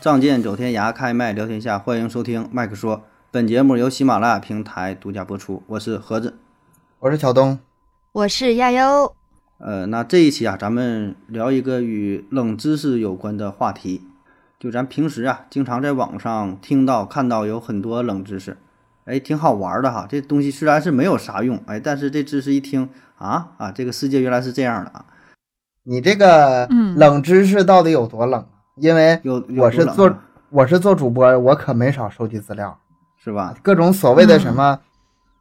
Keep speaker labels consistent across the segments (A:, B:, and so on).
A: 仗剑走天涯，开麦聊天下，欢迎收听麦克说。本节目由喜马拉雅平台独家播出，我是盒子。
B: 我是小东。
C: 我是亚优，
A: 呃，那这一期啊，咱们聊一个与冷知识有关的话题。就咱平时啊，经常在网上听到、看到有很多冷知识，哎，挺好玩的哈。这东西虽然是没有啥用，哎，但是这知识一听啊啊，这个世界原来是这样的啊。
B: 你这个
C: 嗯
B: 冷知识到底有多冷？啊因为
A: 有有
B: 我是
A: 多冷
B: 做
A: 啊
B: 我是做主播，我可没少收集资料，
A: 是吧？
B: 各种所
C: 嗯
B: 谓的什么，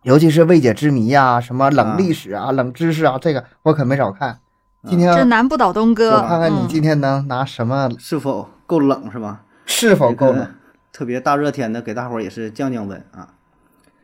B: 尤其是未解之谜呀、什么冷历史啊、冷知识啊，这个我可没少看。今
A: 呃
B: 天
C: 这难不倒东哥。
B: 我看看你
C: 嗯
B: 今天能拿什么，
A: 是否够冷是吧？
B: 是否够冷？
A: 特别大热天的，给大伙儿也是降降温啊。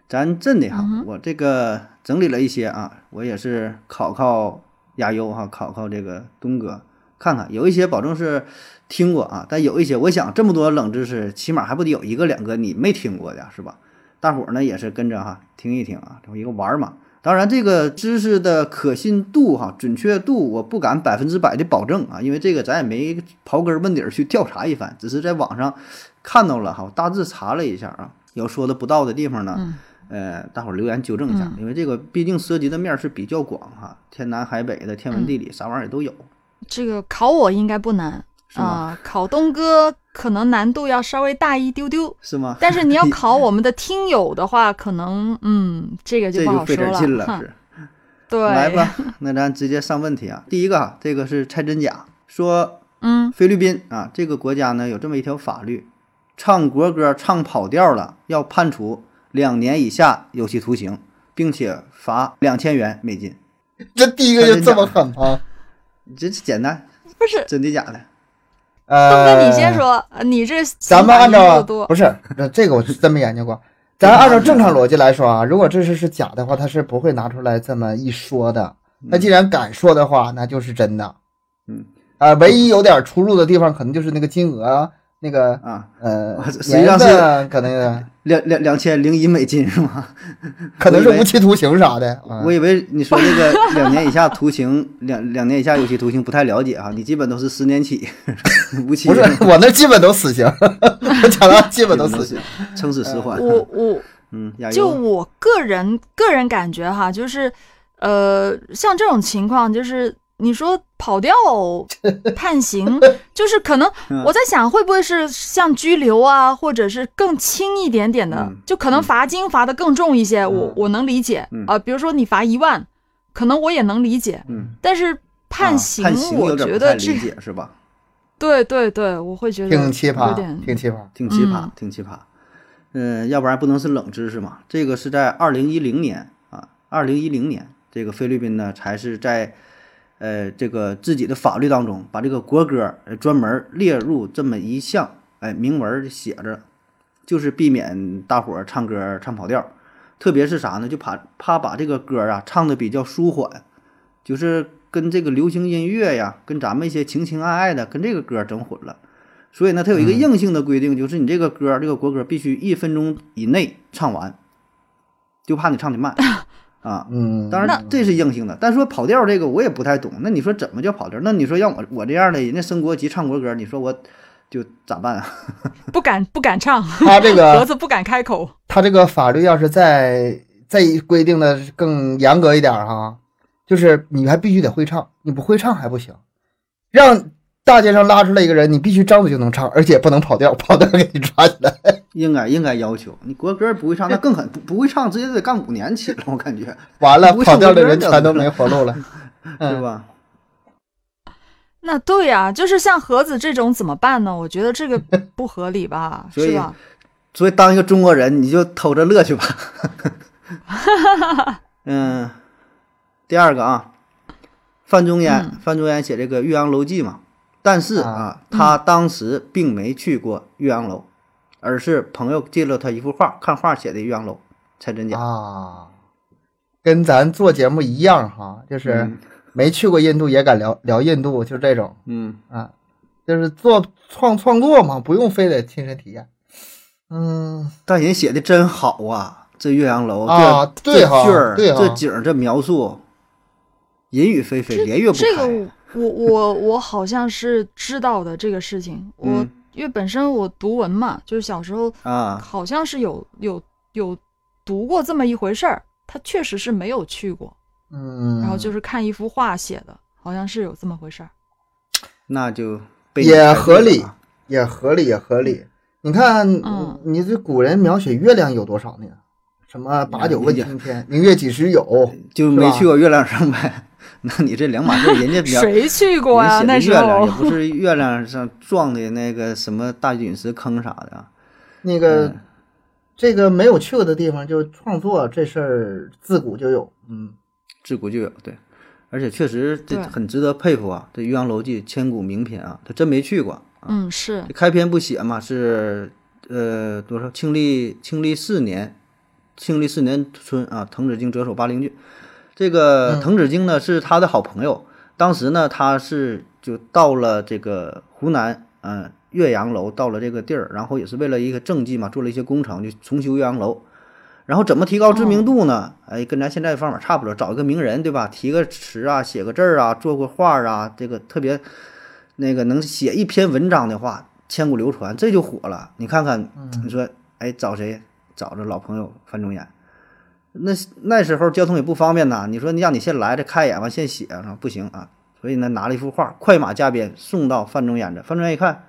A: 咱真的哈，我这个整理了一些啊，我也是考考亚优哈，考考这个东哥，看看有一些保证是听过啊，但有一些我想这么多冷知识，起码还不得有一个两个你没听过的，是吧？大伙儿呢也是跟着哈听一听啊，这么一个玩儿嘛。当然，这个知识的可信度哈、准确度，我不敢百分之百的保证啊，因为这个咱也没刨根问底儿去调查一番，只是在网上看到了哈，我大致查了一下啊，有说的不到的地方呢，
C: 嗯
A: 呃，大伙儿留言纠正一下，因为这个毕竟涉及的面儿是比较广哈、天南海北的，天文
C: 嗯
A: 地理、啥玩意儿也都有，
C: 这个考我应该不难
A: 是吗？
C: 啊、考东哥可能难度要稍微大一 丢丢，
A: 是吗？
C: 但是你要考我们的听友的话，可能嗯，这个
A: 这
C: 不
A: 就
C: 好
A: 费
C: 说
A: 点劲了，
C: 哼
A: 是。来
C: 对，
A: 吧， 那咱直接上问题啊。第一个啊，这个是猜真假，说
C: 嗯，
A: 菲律宾啊这个国家呢有这么一条法律，唱国歌唱跑调了要判处两年以下有期徒刑，并且罚两千元美金。
B: 这第一个就这么狠吗？
A: 这这简单，
C: 不是
A: 真的假的？
B: 呃，
C: 东哥你先说，你这
B: 咱们按
C: 想法一路
B: 照
C: 多
B: 不是，这这个我是真没研究过。咱按照正常逻辑来说啊，如果这事是假的话，他是不会拿出来这么一说的。那既然敢说的话，那就是真的。
A: 嗯，
B: 啊、唯一有点出入的地方，可能就是那个金额啊，那个
A: 啊，
B: 呃，
A: 实际上
B: 年份啊可能有点
A: 两两两千零一美金是吗？
B: 可能是
A: 我以为
B: 无期徒刑啥的。
C: 嗯
B: 啊
A: 我以为你说那个两年以下徒刑，两两年以下有期徒刑不太了解啊，你基本都是十年起，无期
B: 不是，我那基本都死刑， 我讲到 基
A: 基本
B: 本都
A: 都
B: 死
A: 是
B: 刑。
A: 撑死十环。
C: 呃我我
A: 嗯，亚
C: 就
A: 优
C: 我个人个人感觉哈，就是呃，像这种情况，就是你说 跑调判刑，就是可能
A: 嗯
C: 我在想，会不会是像拘留啊，或者是更轻一点点的，
A: 嗯
C: 就可能罚金罚的更重一些，我
B: 嗯
C: 我能理解啊、
A: 嗯
C: 比如说你罚一万，可能我也能理解，
A: 嗯，
C: 但是
A: 啊
C: 判刑，
A: 判刑有
C: 我
A: 点
C: 觉
A: 不太
C: 得这
A: 理解是吧？
C: 对对对，我会觉得
B: 挺奇葩
C: 有点，
B: 挺奇葩。
A: 挺奇葩
C: 嗯，
A: 挺奇葩。嗯，要不然不能是冷知识嘛。这个是在二零一零年啊，二零一零年，这个菲律宾呢才是在呃这个自己的法律当中把这个国歌呃专门列入这么一项，哎，明文儿写着，就是避免大伙儿唱歌唱跑调，特别是啥呢？就怕怕把这个歌啊唱的比较舒缓，就是跟这个流行音乐呀，跟咱们一些情情爱爱的，跟这个歌整混了。所以呢，它有一个硬性的规定，就是你这个歌，这个国歌必须一分钟以内唱完，就怕你唱的慢啊。
B: 嗯，
A: 当然，这是硬性的。但说跑调这个，我也不太懂。那你说怎么叫跑调？那你说让我我这样的人家升国旗唱国歌，你说我就咋办啊？
C: 不敢不敢唱，
B: 他这个
C: 格子不敢开口，
B: 他这个法律要是再再规定的更严格一点儿哈，就是你还必须得会唱，你不会唱还不行。让大街上拉出来一个人，你必须张嘴就能唱，而且不能跑调，跑调给你抓起来。
A: 应该应该要求你国歌不会唱，那更狠，不不会唱直接得干五年起了，我感觉
B: 完了，
A: 不会
B: 跑
A: 唱
B: 调的
A: 歌
B: 人
A: 的
B: 全都没活 路了。
A: 是
B: 嗯，
A: 吧？
C: 那对呀、就是像盒子这种怎么办呢？我觉 得这个不合理吧，
A: 所以
C: 是吧？
A: 所以当一个中国人，你就偷着乐去吧。嗯，第二个啊，范仲淹，范仲淹写这个岳阳楼记嘛，但是啊，他当时并没去过岳阳楼，而是朋友借了他一幅画，看画写的岳阳楼，猜真假？
B: 啊，跟咱做节目一样哈，就是
A: 嗯
B: 没去过印度也敢聊聊印度，就是这种
A: 嗯，
B: 啊，就是做创创作嘛，不用非得亲身体验。嗯。
A: 但人写的真好啊，这岳阳楼，
B: 啊
A: 这
B: 对
A: 这
B: 哈
A: 句儿，
B: 对哈
A: 这景儿，这描述，淫雨霏霏，连月不开。
C: 这个我我我我好像是知道的这个事情，我
A: 嗯
C: 因为本身我读文嘛，就是小时候
A: 啊，
C: 好像是有有有读过这么一回事儿，他确实是没有去过，
B: 嗯，
C: 然后就是看一幅画写的，好像是有这么回事儿。
A: 那就被你
B: 也
A: 猜对
B: 合理
A: 了啊
B: 也合理，也合理。你看，
C: 嗯
B: 你这古人描写月亮有多少呢？什么把酒问青天，明月几时 有？
A: 就是没
B: 吧
A: 去过月亮上呗。 那你这两码事儿，人家比 较
C: 谁去过
A: 人
C: 呀？
A: 写
C: 那
A: 的
C: 时
A: 月亮也
C: 候
A: 不是月亮上撞的那个什么大陨石坑啥的啊。
B: 那个、
A: 嗯
B: 这个没有去过的地方，就创作这事儿自古就有。嗯，
A: 自古就有，对，而且确实这
C: 对
A: 很值得佩服啊！这《岳阳楼记》千古名篇啊，他真没去过。
C: 嗯是
A: 这开篇不写嘛，是呃多少庆历庆历四年，庆历四年春啊，滕子京谪守巴陵郡。这个
B: 嗯
A: 滕子京呢是他的好朋友，当时呢他是就到了这个湖南，嗯、岳阳楼到了这个地儿，然后也是为了一个政绩嘛，做了一些工程，就重修岳阳楼。然后怎么提高知名度呢？哎，跟咱现在的方法差不多，找一个名人，对吧？提个词啊，写个字儿啊，做个画儿啊，这个特别那个能写一篇文章的话，千古流传，这就火了。你看看，你说，哎，找谁？找着老朋友范仲淹。那那时候交通也不方便呐，你说你让你先来这开眼吧，先写上不行啊，所以呢拿了一幅画，快马加鞭送到范仲淹这。范仲淹一看，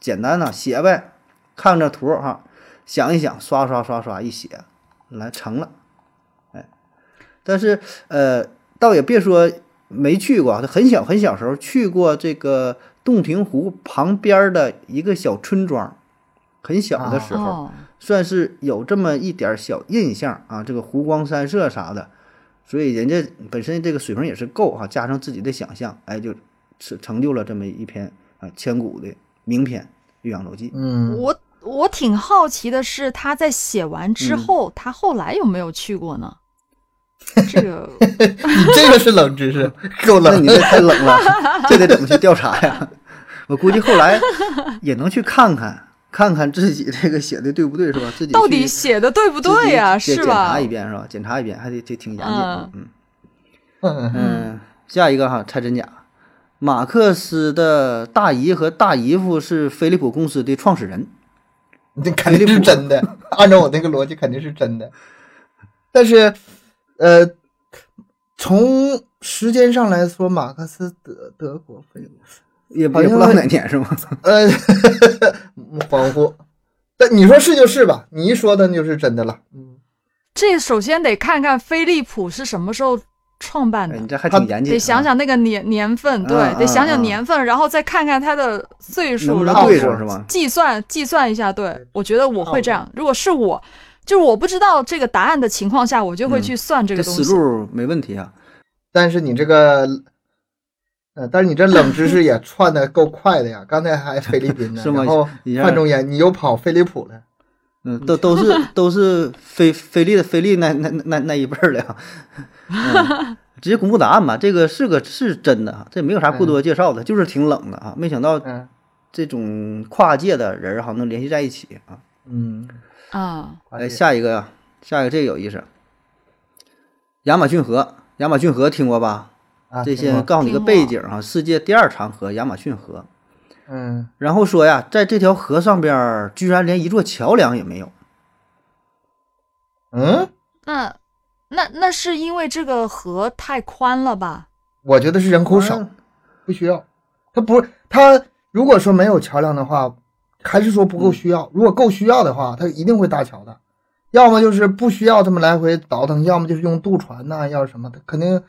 A: 简单呐、写呗，看着图儿哈、想一想，刷刷刷刷一写，来成了，哎，但是呃，倒也别说没去过啊，他很小很小时候去过这个洞庭湖旁边的一个小村庄，很小的时候。
C: 哦，
A: 算是有这么一点儿小印象啊，这个湖光山色啥的，所以人家本身这个水平也是够哈、加上自己的想象，哎，就成成就了这么一篇啊千古的名篇《岳阳楼记》。
B: 嗯，
C: 我我挺好奇的是，他在写完之
A: 嗯
C: 后，他后来有没有去过呢？这个
B: 你这个是冷知识，够
A: 那
B: 冷
A: 你。这太冷了， 这得怎么去调查呀？我估计后来也能去看看，看看自己这个写的对不对是吧？自己
C: 到
A: 去
C: 底写的对不对呀、
A: 自己
C: 是
A: 检
C: 吧
A: 查一？遍是吧？检查一遍还得得挺严谨啊，嗯。
B: 嗯
A: 嗯，下一个哈，猜真假。马克思的大姨和大姨夫是飞利浦公司的创始人。
B: 那肯定是真的。按照我那个逻辑，肯定是真的。但是，呃，从时间上来说，马克思德德国飞利浦
A: 也也不
B: 好像
A: 知道哪年是吗？
B: 呃，恍惚。但你说是就是吧，你一说它就是真的了。嗯，
C: 这首先得看看飞利浦是什么时候创办
A: 哎
C: 的
A: 你，这还挺严谨、啊，
C: 得想想那个年年份，对，
A: 嗯
C: 得想想
A: 嗯
C: 年份，然后再看看他的岁
A: 能
C: 数，
A: 不
C: 然
A: 能
C: 后
A: 对上是吧？哦
C: 计算计算一下。对，我觉得我会这
B: 差
C: 样。如果是我，就是我不知道这个答案的情况下，我就会去算这
A: 嗯这
C: 个东
A: 思
C: 西。
A: 路没问题啊。
B: 但是你这个，呃，但是你这冷知识也串的够快的呀。刚才还菲律宾 呢，
A: 是吗
B: 然后
A: 一下
B: 范仲淹，你又跑飞利浦了。
A: 嗯，都都是 都是菲菲利的菲利那那那那一辈儿的 呀、嗯直接公布答案吧，这个是个是真的啊哈，这没有啥过多介绍的，就是挺冷的啊。没想到
B: 嗯
A: 这种跨界的人儿哈能联系在一起啊。
B: 嗯，
C: 啊，
A: 来哎下一个呀，下一个这个有意思。亚马逊河，亚马逊河听过吧？
B: 啊，
A: 这
B: 挺
A: 些
B: 好
A: 告诉你个
C: 听过
A: 背景哈，世界第二长河亚马逊河。
B: 嗯，
A: 然后说呀，在这条河上边儿居然连一座桥梁也没有。
B: 嗯，
C: 那那那是因为这个河太宽了吧？
B: 我觉得是人口少
A: 啊，
B: 不需要。他不，他如果说没有桥梁的话，还是说不够需
A: 嗯
B: 要。如果够需要的话，他一定会搭桥的。要么就是不需要他们来回倒腾，要么就是用渡船呐、要是什么的，肯定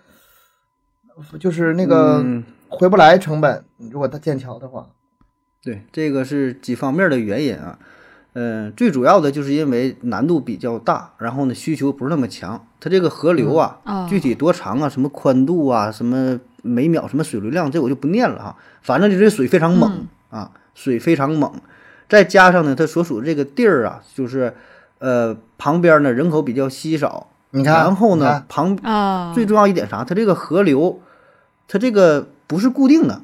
B: 就是那个
A: 嗯
B: 回不来成本。如果他建桥的话，
A: 对，这个是几方面的原因啊。嗯，最主要的就是因为难度比较大，然后呢需求不是那么强。它这个河流啊，
C: 嗯哦
A: 具体多长啊，什么宽度啊，什么每秒什么水流量，这我就不念了哈。啊反正就这水非常猛、
C: 嗯
A: 啊，水非常猛。再加上呢，它所属这个地儿啊，就是呃旁边呢人口比较稀少，
B: 你看，
A: 然后
B: 你
A: 呢
B: 看，
A: 旁
C: 啊，
A: 最重要一点啥？它这个河流，它这个不是固定的，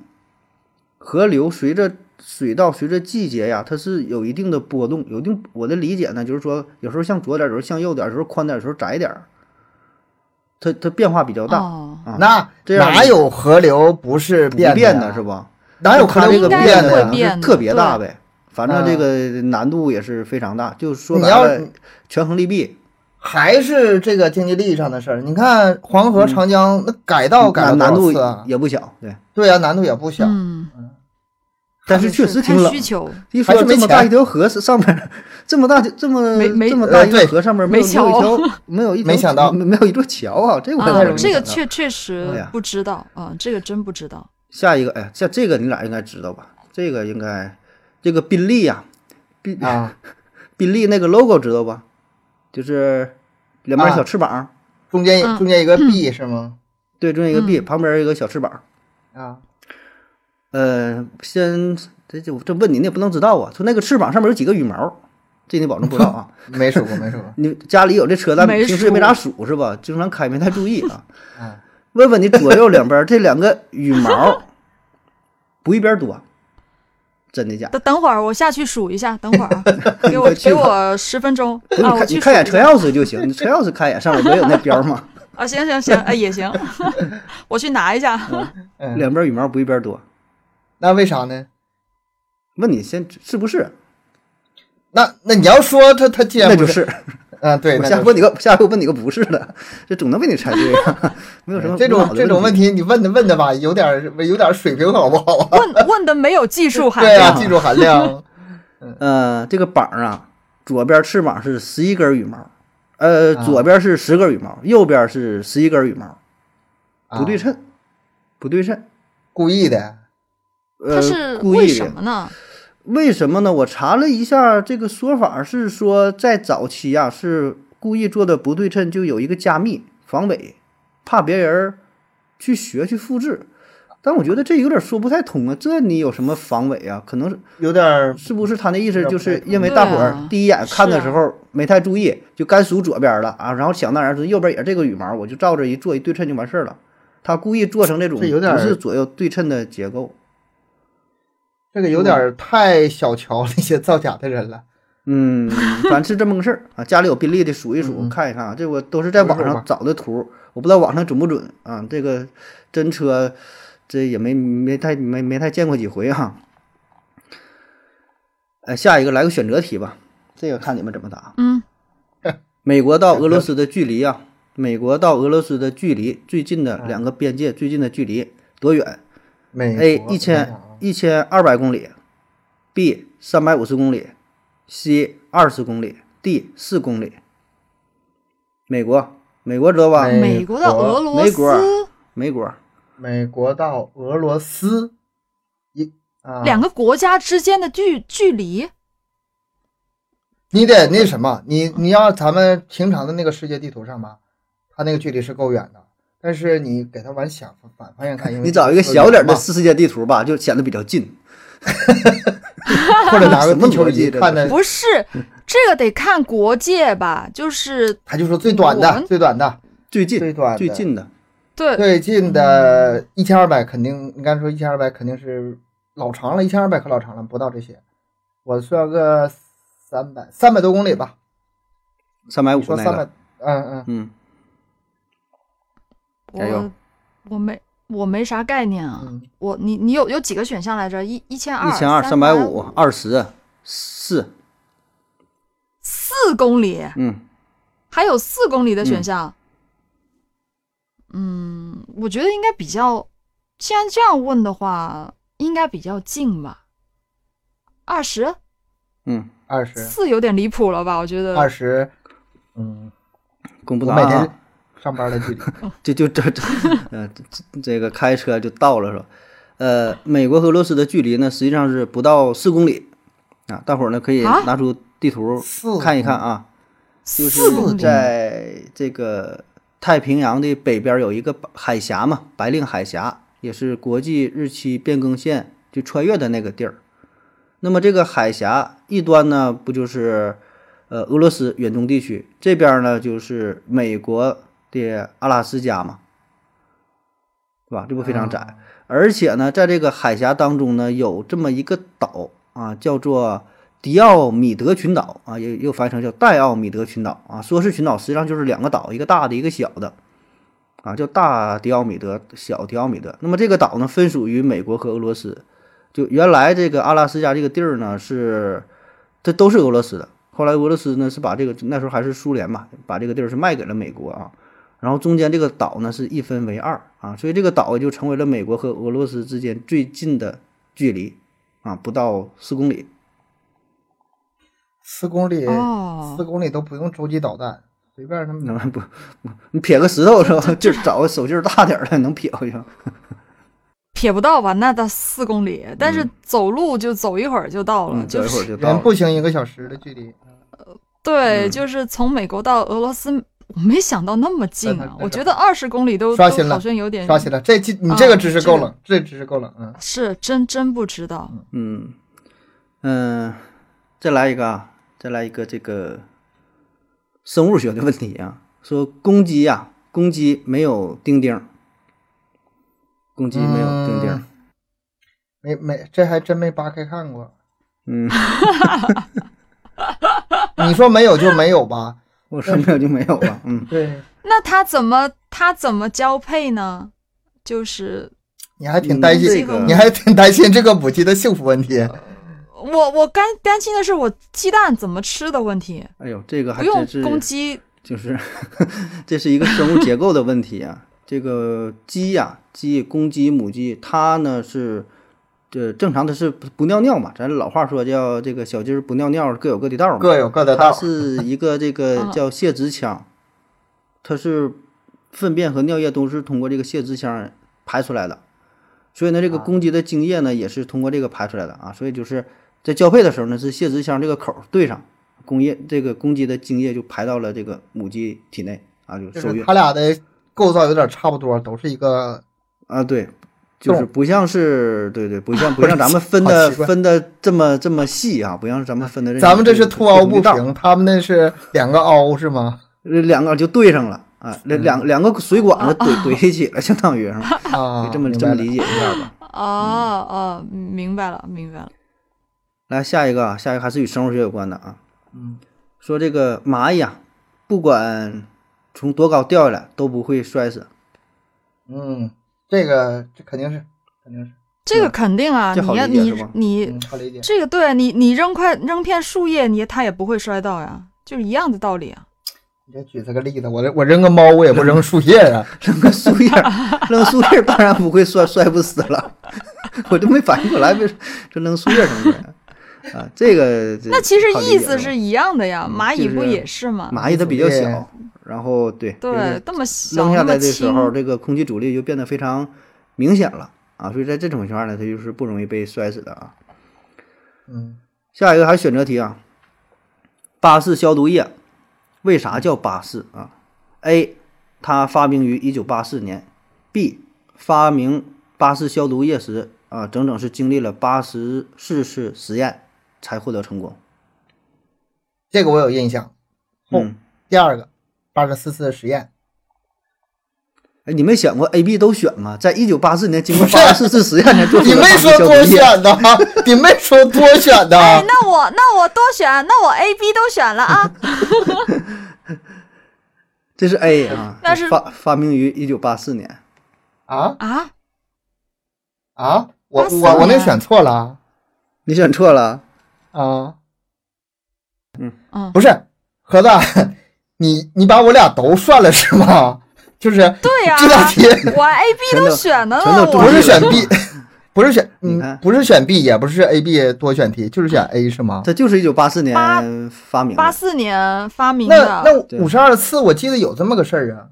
A: 河流随着水道随着季节呀，它是有一定的波动。有一定我的理解呢，就是说有时候向左点儿，有时候向右点儿，有时候宽点儿，有时候窄点儿，它它变化比较大，
C: 哦
A: 啊
B: 那
A: 这样
B: 哪有河流不是
A: 不
B: 变
A: 变
B: 的呀
A: 是？吧？
B: 哪有
A: 它
B: 河
A: 这
B: 流
A: 个
B: 不
C: 应该
B: 变
C: 是
B: 的
C: 会
A: 呀
B: 呀？
C: 变的
A: 是特别大呗，反正这个难度也是非常大，就说
B: 你
A: 白
B: 要
A: 了，权衡利弊，
B: 还是这个经济利益上的事儿。你看黄河、长江、那改道改了
A: 嗯难难
B: 多
A: 度
B: 少次啊？
A: 也不小，对。
B: 对啊，难度也不小。
C: 嗯，
A: 但是确实挺
C: 看
A: 冷
C: 需，求，
A: 一说
B: 还是没
A: 这么大
B: 钱
A: 一条河是上面，这么大这么
C: 没没
A: 这么大一
B: 呃
A: 个
B: 对
A: 河上面没
C: 没
A: 有一
C: 桥
A: 条没 有一条
B: 没想到
A: 没没有一座桥啊，这我
C: 啊
A: 也，
C: 这个
A: 去。
C: 确确
A: 哎
C: 实
A: 呀
C: 不知道啊，这个真不知道。
A: 下一个，哎，像这个你俩应该知道吧？这个应该，这个宾利呀、宾
B: 啊，
A: 宾利那个 logo 知道吧？就是两边
B: 啊
A: 小翅膀，
B: 中间
C: 嗯
B: 中间一个 B 是吗？
A: 对，中间一个 B，、旁边有一个小翅膀。
B: 啊，
A: 呃，先这就这问你，你也不能知道啊。说那个翅膀上面有几个羽毛，这你保证不知道啊。
B: 没数过，没数 过。
A: 你家里有这车，但
C: 没
A: 平时也没咋数是吧？经常开没太注意 啊。问问你左右两边这两个羽毛， 不一边多，真的假的？
C: 等等会儿，我下去数一下，等会儿啊，给我
A: 你快去
C: 给
A: 吧
C: 我十分钟
A: 不是
C: 啊，
A: 你
C: 我
A: 看
C: 去
A: 你
C: 数
A: 看一眼
C: 一
A: 车
C: 下
A: 钥匙就行，你车钥匙看一眼，上面不也有那标吗？
C: 啊，行行行，哎也行， 我去拿一下。
B: 嗯，
A: 两边羽毛不一边多。
B: 那为啥呢？
A: 问你先是不是？
B: 那那你要说他他既然
A: 那
B: 不，
A: 就是是。
B: 啊，对，
A: 我
B: 那
A: 下
B: 就是
A: 问你个，下回我问你个不是的，这总能被你猜对啊， 没有什么
B: 这
A: 无
B: 种
A: 脑的
B: 这种问
A: 题。
B: 题，你问的问的吧，有点儿有点儿水平，好不好啊？
C: 问问的没有技术含
B: 对
C: 量，
B: 啊，
A: 量
B: 技术 含量。
A: 呃，这个膀啊，左边翅膀是十一根羽毛，呃，
B: 啊
A: 左边是十根羽毛，右边是十一根羽毛，不对
B: 啊，
A: 称，不对称。
B: 故意的。
C: 它
A: 呃，
C: 是
A: 故
C: 为
A: 意
C: 什
A: 的
C: 么。呢？
A: 为什么呢？我查了一下，这个说法是说，在早期啊，是故意做的不对称，就有一个加密防伪，怕别人儿去学去复制。但我觉得这有点说不太通啊，这你有什么防伪啊？可能是
B: 有点儿
A: 是不是他那意思
B: 有点
A: 就
B: 不太
A: 是
B: 通
A: 因为大伙
C: 对
A: 儿
C: 啊
A: 第一眼看的
C: 是啊
A: 时候没太注意，就该数左边了啊，然后想当然是右边也是这个羽毛，我就照着一做一对称就完事儿了。他故意做成这种
B: 这有点
A: 不是
B: 儿
A: 左右对称的结构，
B: 这个有点儿太小瞧那些造假的人了。
A: 嗯，反正是这么个事儿啊。家里有宾利的数一数，
B: 嗯
A: 看一看啊，这我都是在网上找的图，我不知道网上准不准啊。这个真车，这也没没太没没太见过几回啊。哎，下一个来个选择题吧，这个看你们怎么答。
C: 嗯，
A: 美国到俄罗斯的距离啊，美国到俄罗斯的距离最近的两个边界最近的距离多远
B: 嗯美
A: ？A
B: 国
A: 一
B: 我
A: 千
B: 看看啊
A: 一千二百公里，B 三百五十公里，C 二十公里，D 四公里。美国，美国知道吧？
B: 美
C: 美国的俄罗
A: 哎美国啊
C: 斯
A: 美国，
B: 美国到俄罗斯，一啊，
C: 两个国家之间的距距离，
B: 你得那什么，你你要咱们平常的那个世界地图上吧，它那个距离是够远的，但是你给它往想反方向看，因为
A: 你找一个小点儿的世界地图吧，就显得比较近。
B: 或者拿个
A: 什么
B: 地球
A: 逻辑
B: 仪
A: 这
B: 看的，
C: 不是这个得看国界吧？就是
B: 他就说最短
C: 我
B: 的，
C: 们呃
B: 最短的，
A: 最近
B: 最短的
A: 最近的，
C: 对
B: 最近的一千二百肯定，你刚才说一千二百肯定是老长了，一千二百可老长了，不到这些。我算个三百三百多公里吧，
A: 三百五
B: 你说
A: 哎那
B: 三
A: 个
B: 百，，嗯嗯，
A: 嗯，加油
C: 我我没我没啥概念啊。
B: 嗯
C: 我你你有有几个选项来着？一一千二、
A: 一千二、三百
C: 百
A: 五、、二十四，
C: 四公里，
A: 嗯，
C: 还有四公里的选项。嗯我觉得应该比较，既然这样问的话，应该比较近吧。二十
A: 嗯，
B: 二十
C: 四有点离谱了吧？我觉得
B: 二十，嗯，
A: 公布
B: 我
A: 答
B: 每
A: 案啊
B: 天上班的距离，
A: 就就这这， 呃，这这个开车就到了是吧？呃，美国和俄罗斯的距离呢，实际上是不到四公里啊。大伙儿呢可以
C: 啊
A: 拿出地图
B: 四
A: 看一看啊，就
C: 四公
A: 是
C: 里
A: 在这个太平洋的北边有一个海峡嘛，白令海峡也是国际日期变更线就穿越的那个地儿。那么这个海峡一端呢，不就是呃俄罗斯远东地区，这边呢就是美国的阿拉斯加嘛，对吧？这不非常窄。
B: 啊
A: 而且呢，在这个海峡当中呢，有这么一个岛啊，叫做迪奥米德群岛啊，也又翻译成叫戴奥米德群岛啊。说是群岛，实际上就是两个岛，一个大的，一个小的，啊，叫大迪奥米德，小迪奥米德。那么这个岛呢，分属于美国和俄罗斯。就原来这个阿拉斯加这个地儿呢是，这都是俄罗斯的。后来俄罗斯呢是把这个那时候还是苏联嘛，把这个地儿是卖给了美国啊。然后中间这个岛呢是一分为二啊，所以这个岛就成为了美国和俄罗斯之间最近的距离啊，不到四公里。
B: 四公里，
C: 哦
B: 四公里都不用洲际导弹，随便他们
A: 那不不，你撇个石头是吧？ 就找个手劲儿大点儿的能撇回去。
C: 撇不到吧？那到四公里，但是走路就走一会儿就到了，
A: 嗯，走
C: 就
A: 一会儿
C: 是
A: 就到
B: 人
A: 了。
B: 步行一个小时的距离，
C: 对，
A: 嗯
C: 就是从美国到俄罗斯，我没想到那么近
B: 那
C: 啊
A: 嗯
B: 那！
C: 我觉得二十公里都
B: 刷新
C: 都
B: 了
C: 好像有点
B: 刷起来，这这你
C: 啊
B: 这个知识
C: 这个
B: 够了，这知识够了，嗯，
C: 是真真不知道。
A: 嗯嗯、再来一个啊，再来一个这个生物学的问题啊，说公鸡呀、公鸡没有丁丁儿，公鸡没有丁丁儿。
B: 嗯没没，这还真没扒开看过。
A: 嗯，
B: 你说没有就没有 吧，
A: 我说没有就没有吧。嗯，
B: 对，
C: 那它怎么它怎么交配呢？就是
B: 你还挺担
A: 嗯这嗯
B: 心，
A: 个
B: 你还挺担心这个母鸡的幸福问题。
C: 我我担担心的是我鸡蛋怎么吃的问题，
A: 哎呦，这个还
C: 不用
A: 真是
C: 公鸡
A: 就是 这是一个生物结构的问题啊。这个鸡呀、鸡公鸡、母鸡，它呢是这正常的是不不尿尿嘛，咱老话说叫这个小鸡儿不尿尿，各有各的道儿嘛。
B: 各有各的
A: 它
B: 道，
A: 是一个这个
C: 嗯
A: 叫泄殖腔，它是粪便和尿液都是通过这个泄殖腔排出来的，所以呢，这
B: 啊
A: 个公鸡的精液呢也是通过这个排出来的啊，所以就是在交配的时候呢，是泄殖腔这个口儿对上，公液这个公鸡的精液就排到了这个母鸡体内啊，就
B: 就
A: 受
B: 是
A: 孕
B: 它俩的构造有点差不多，都是一个
A: 啊，对。就是
B: 动
A: 不像是，对对，不 像不
B: 不
A: 像
B: 是
A: 咱们分
B: 好
A: 的
B: 奇怪
A: 分的这么这么细啊，不像咱们分的这
B: 咱们这是
A: 是
B: 凸凹不
A: 道儿
B: 平，他们那是两个凹 是吗？
A: 这两个就对上了啊，两
B: 嗯
A: 两两个水管子
C: 哦
A: 怼怼一起了，相当于是吧？
B: 啊
A: 得，这么
B: 明
A: 这
B: 白
A: 么
B: 了
A: 理解一下吧。
C: 哦哦，明白了明白了。
A: 来下一个啊，下一个还是与生物学有关的啊，
B: 嗯，
A: 说这个蚂蚁啊，不管从多高掉下来都不会摔死，
B: 嗯，这个这肯定是肯定是，
C: 这个肯定啊，
A: 这好
C: 你要
A: 理解
C: 你
A: 是吧
C: 你
B: 嗯，好理解。
C: 这个对你你扔块扔片树叶，你它也不会摔到呀，就是一样的道理啊。
B: 你就举这个例子，我这我扔个猫，我也不扔树叶 啊，
A: 扔个树叶儿，扔树叶儿当然不会摔摔不死了， 我就没反应过来，为什这扔树叶儿什么的啊？这个这
C: 那其实
A: 好理解
C: 意思是一样的呀，
A: 嗯
C: 蚂蚁
A: 就是
C: 不也是吗？
A: 蚂蚁它比较
B: 对
A: 小，然后对就是
C: 对，这么小
A: 扔下
C: 那
A: 来
C: 么
A: 的时
C: 轻，
A: 候，这个空气阻力就变得非常明显了啊，所以在这种情况下呢，它就是不容易被摔死的啊。
B: 嗯，
A: 下一个还是选择题啊，巴氏消毒液为啥叫巴氏啊？A，它发明于一九八四年；B，发明巴氏消毒液时啊，整整是经历了八十四次实验才获得成功。
B: 这个我有印象。后
A: 嗯，
B: 第二个，八个四次的实验，
A: 哎，你没想过 A、B 都选吗？在一九八四年经过八十四次实验才做出
B: 你
A: 了
B: 没
A: 巴氏
B: 说
A: 消毒
B: 多
A: 液。
B: 选的啊，你没说多选的啊
C: 哎，，那我那我多选，那我 A、B 都选了 啊。
A: 这是 A 啊，
C: 那是
A: 发发明于一九八四年。
B: 啊
C: 啊，
B: 啊，我
C: 八四
B: 我我那
C: 年
B: 选错了
A: 你选错了，
B: 啊啊，
C: 嗯，
B: 不是，盒子，啊你你把我俩都算了是吗？ 就是
C: 对呀、
B: 这道题
C: 我 A、B
A: 全都
C: 都选了
A: 全都中
C: 呢，
A: 啊
B: 不
C: 哦我
A: 立
B: 是
A: 了
B: 选 B，不 是选
A: 你
B: 嗯
A: 看
B: 不是选 B，也不是 A B 多选题，就是选 A 是吗？
A: 这就是一九八四年
C: 八
A: 发明
C: 八
A: 的，
C: 四年发明
B: 那
C: 的。
B: 那五十二次我记得有这么个事儿啊，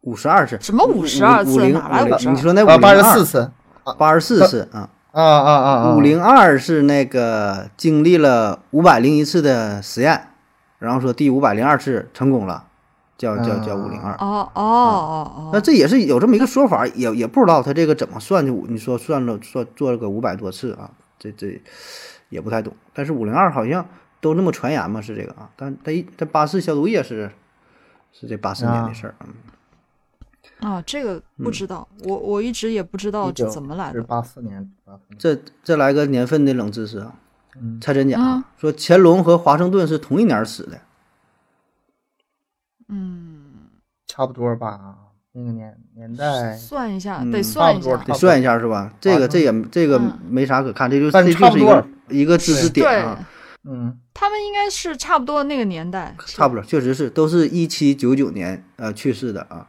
A: 五十二次，
C: 什么52次
A: 五零
C: 哪来52
A: 你说那
B: 啊八十
A: 四
B: 四次
A: 八十四次啊，
B: 啊啊啊啊，
A: 五零二是那个经历了五百零一次的实验，然后说第五百零二次成功了，叫叫叫
B: 啊
A: 五零二。
C: 哦哦哦
A: 啊那
C: 哦，
A: 这也是有这么一个说法，也也不知道他这个怎么算的。你说算了，算做了个五百多次啊，这这也不太懂。但是五零二好像都那么传言嘛，是这个啊。但但一但八四消毒液是是这八四年的事儿啊。
C: 啊，这个不知道，
A: 嗯
C: 我我一直也不知道这怎么来
B: 是
C: 的。
B: 八四年，84年
A: 嗯这再来个年份的冷知识啊，
B: 嗯
A: 猜真假、
C: 嗯
A: 说乾隆和华盛顿是
B: 啊
A: 同一年死的，
C: 嗯，
B: 差不多吧，那个年年代，
C: 算一下，
A: 嗯
C: 得算
B: 差
C: 一
B: 不多
C: 下
B: 差。
A: 得算一下是吧？这个这也这个
C: 嗯
A: 没啥可看，这就
B: 反
A: 这
B: 正
A: 就
B: 差不
A: 是一
B: 多
A: 个一个知识点
C: 对
A: 啊，
B: 嗯，
C: 他们应该是差不多那个年代，
A: 差不多，确实是都是一七九九年呃去世的啊。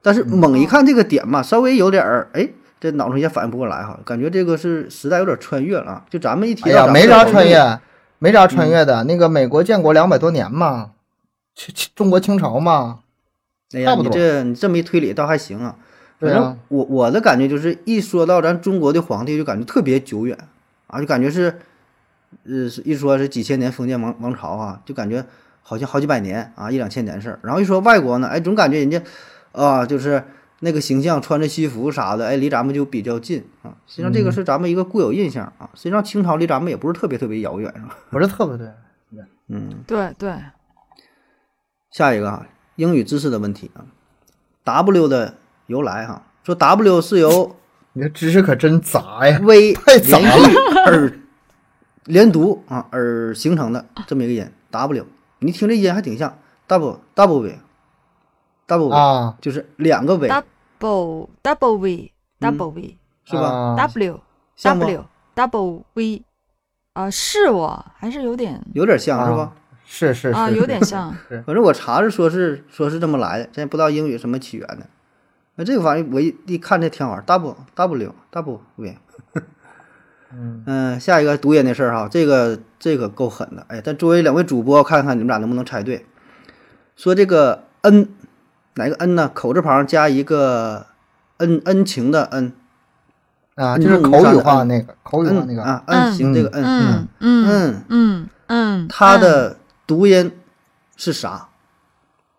A: 但是猛一看这个点吧，稍微有点儿哎，这脑中一下反应不过来哈，感觉这个是时代有点穿越了啊。就咱们一
B: 哎
A: 提到咱
B: 呀，
A: 们
B: 没
A: 这
B: 啥
A: 个
B: 穿越，没啥
C: 嗯
B: 穿越的。那个美国建国两百多年嘛，清清中国清朝嘛，
A: 哎
B: 差
A: 呀，
B: 不
A: 你
B: 多
A: 这你这么一推理倒还行啊。
B: 对
A: 反
B: 啊
A: 正我我的感觉就是，一说到咱中国的皇帝，就感觉特别久远啊，就感觉是，呃，是一说是几千年封建王王朝啊，就感觉好像好几百年啊，一两千年的事儿。然后一说外国呢，哎，总感觉人家啊，就是那个形象穿着西服啥的，哎，离咱们就比较近啊。实际上
B: 嗯
A: 这个是咱们一个固有印象啊。实际上清朝离咱们也不是特别特别遥远，是吧？
B: 不是特别对。
A: 嗯。
C: 对对，
A: 下一个哈，英语知识的问题啊，W 的由来哈，说 W 是由
B: 你这知识可真杂呀！
A: V
B: 太杂
A: 连续 而连读啊而形成的这么一个音 W，你听这音还挺像 double double V double V，、
B: 啊，
A: 就是两个 V
C: double double v double v
A: 是吧？
B: 啊
C: w
A: 像吗
C: w double v 啊，是我还是有点
A: 有点像是吧
B: 啊？是是
C: 啊，
B: 是
C: 有点像。
A: 反正我查着说是说是这么来的，咱也不知道英语什么起源的。那这个玩意我一一看这挺好玩，double W double V。
B: 嗯，
A: 嗯，下一个读音的事儿哈，这个这个够狠的，哎，但作为两位主播，看看你们俩能不能猜对。说这个 n 哪个 n 呢？口字旁加一个恩恩情的恩，
B: 啊，就是口语化那个，口语化那
A: 恩
B: 个，
A: 啊恩情这个恩，
C: 嗯嗯
A: 嗯，
C: 嗯嗯，
A: 它的读音是啥？它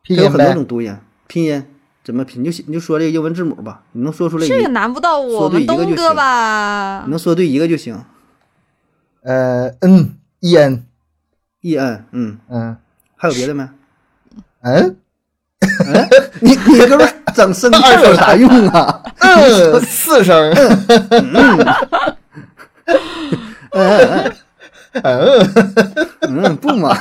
B: 拼
A: 有
B: 音
A: 很多
B: 呗，
A: 种读音，拼音怎么拼？你就写你就说这个英文字母吧，你能说出来一，
C: 这个难不到我们东哥吧
A: 你？能说对一个就行。
B: 呃，n e n，
A: e n，嗯，
B: 嗯
A: 还有别的没？
B: 嗯，
A: 你你哥们儿整生字儿有啥用啊？
B: 嗯，四声，
A: 嗯嗯嗯。
B: 嗯，
A: 嗯，不嘛，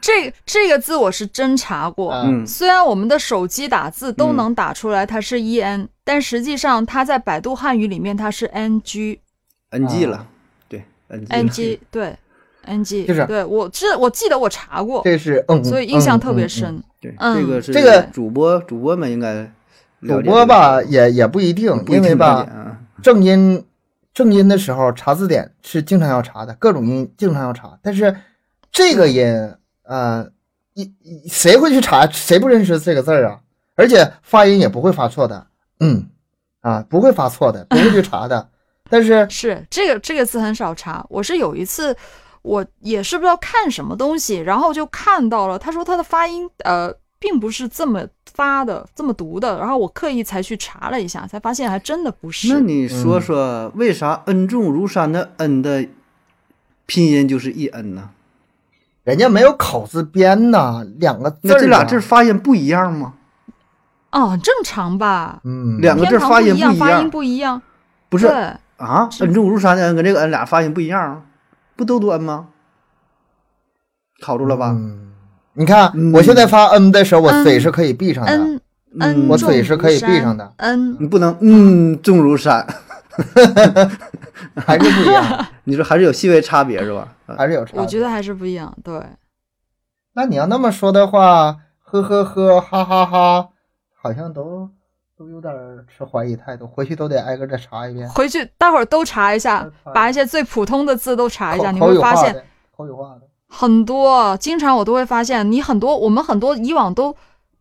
C: 这这个字我是真查
B: 啊
C: 过，
A: 嗯，
C: 虽然我们的手机打字都能打出来它是 e n，但实际上它在百度汉语里面它是 n g
A: ，NG
B: 啊
A: 了，对，NG 了
C: n g 对 n g
B: 就是
C: 对我这我记得我查过，
B: 这是嗯，
C: 所以印象特别。深。
A: 对，
C: 嗯
A: 这个是
B: 这个
A: 主播主播们应该了
B: 主
A: 解
B: 播吧，
A: 这个
B: 也也不一定，
A: 不一
B: 因为
A: 定了
B: 吧
A: 解，啊，
B: 正音正音的时候查字典是经常要查的，各种音经常要查。但是这个音，呃，一一谁会去查？谁不认识这个字儿啊？而且发音也不会发错的，嗯，啊，不会发错的，不会去查的。但是
C: 是这个这个字很少查。我是有一次，我也是不知道看什么东西，然后就看到了，他说他的发音呃并不是这么发的，这么读的。然后我刻意才去查了一下，才发现还真的不
A: 那
C: 是。
A: 你说说为啥恩重如山的恩的拼音就是一恩呢？
B: 人家没有口字边呐，两个字儿
A: 那
B: 啊
A: 这俩字儿，发音不一样吗？
C: 哦，很正常吧？
B: 嗯，
A: 两个字
C: 天
A: 儿
C: 堂
A: 发
C: 不
A: 音
C: 一样，
A: 不一
C: 发音
A: 样，
C: 不一样。
A: 不是
C: 对，
A: 啊？恩重如山的恩跟这个恩俩发音不一样啊，不都读恩吗？考住了吧？
B: 嗯，你看
A: 嗯
B: 我现在发 n 的时候，我
C: 嗯
B: 嘴是可以闭上的，
C: n n
B: 嗯我嘴是可以闭上的。
C: n
A: 你不能嗯重如山，
B: 还是不一 样，
A: 你说还是有细微差别是吧？啊
B: 还是有差别。
C: 我觉得还是不一样。对，
B: 那你要那么说的话，呵呵呵，哈哈哈，好像都都有点儿持怀疑态度，回去都得挨个再查一遍，
C: 回去待会儿都查一下
B: 都查一下，
C: 把一些最普通的字都查一下，
B: 嗯口
C: 你
B: 口
C: 会
B: 语
C: 发
B: 化
C: 现。
B: 的，口语化的，
C: 很多，经常我都会发现，你很多我们很多以往都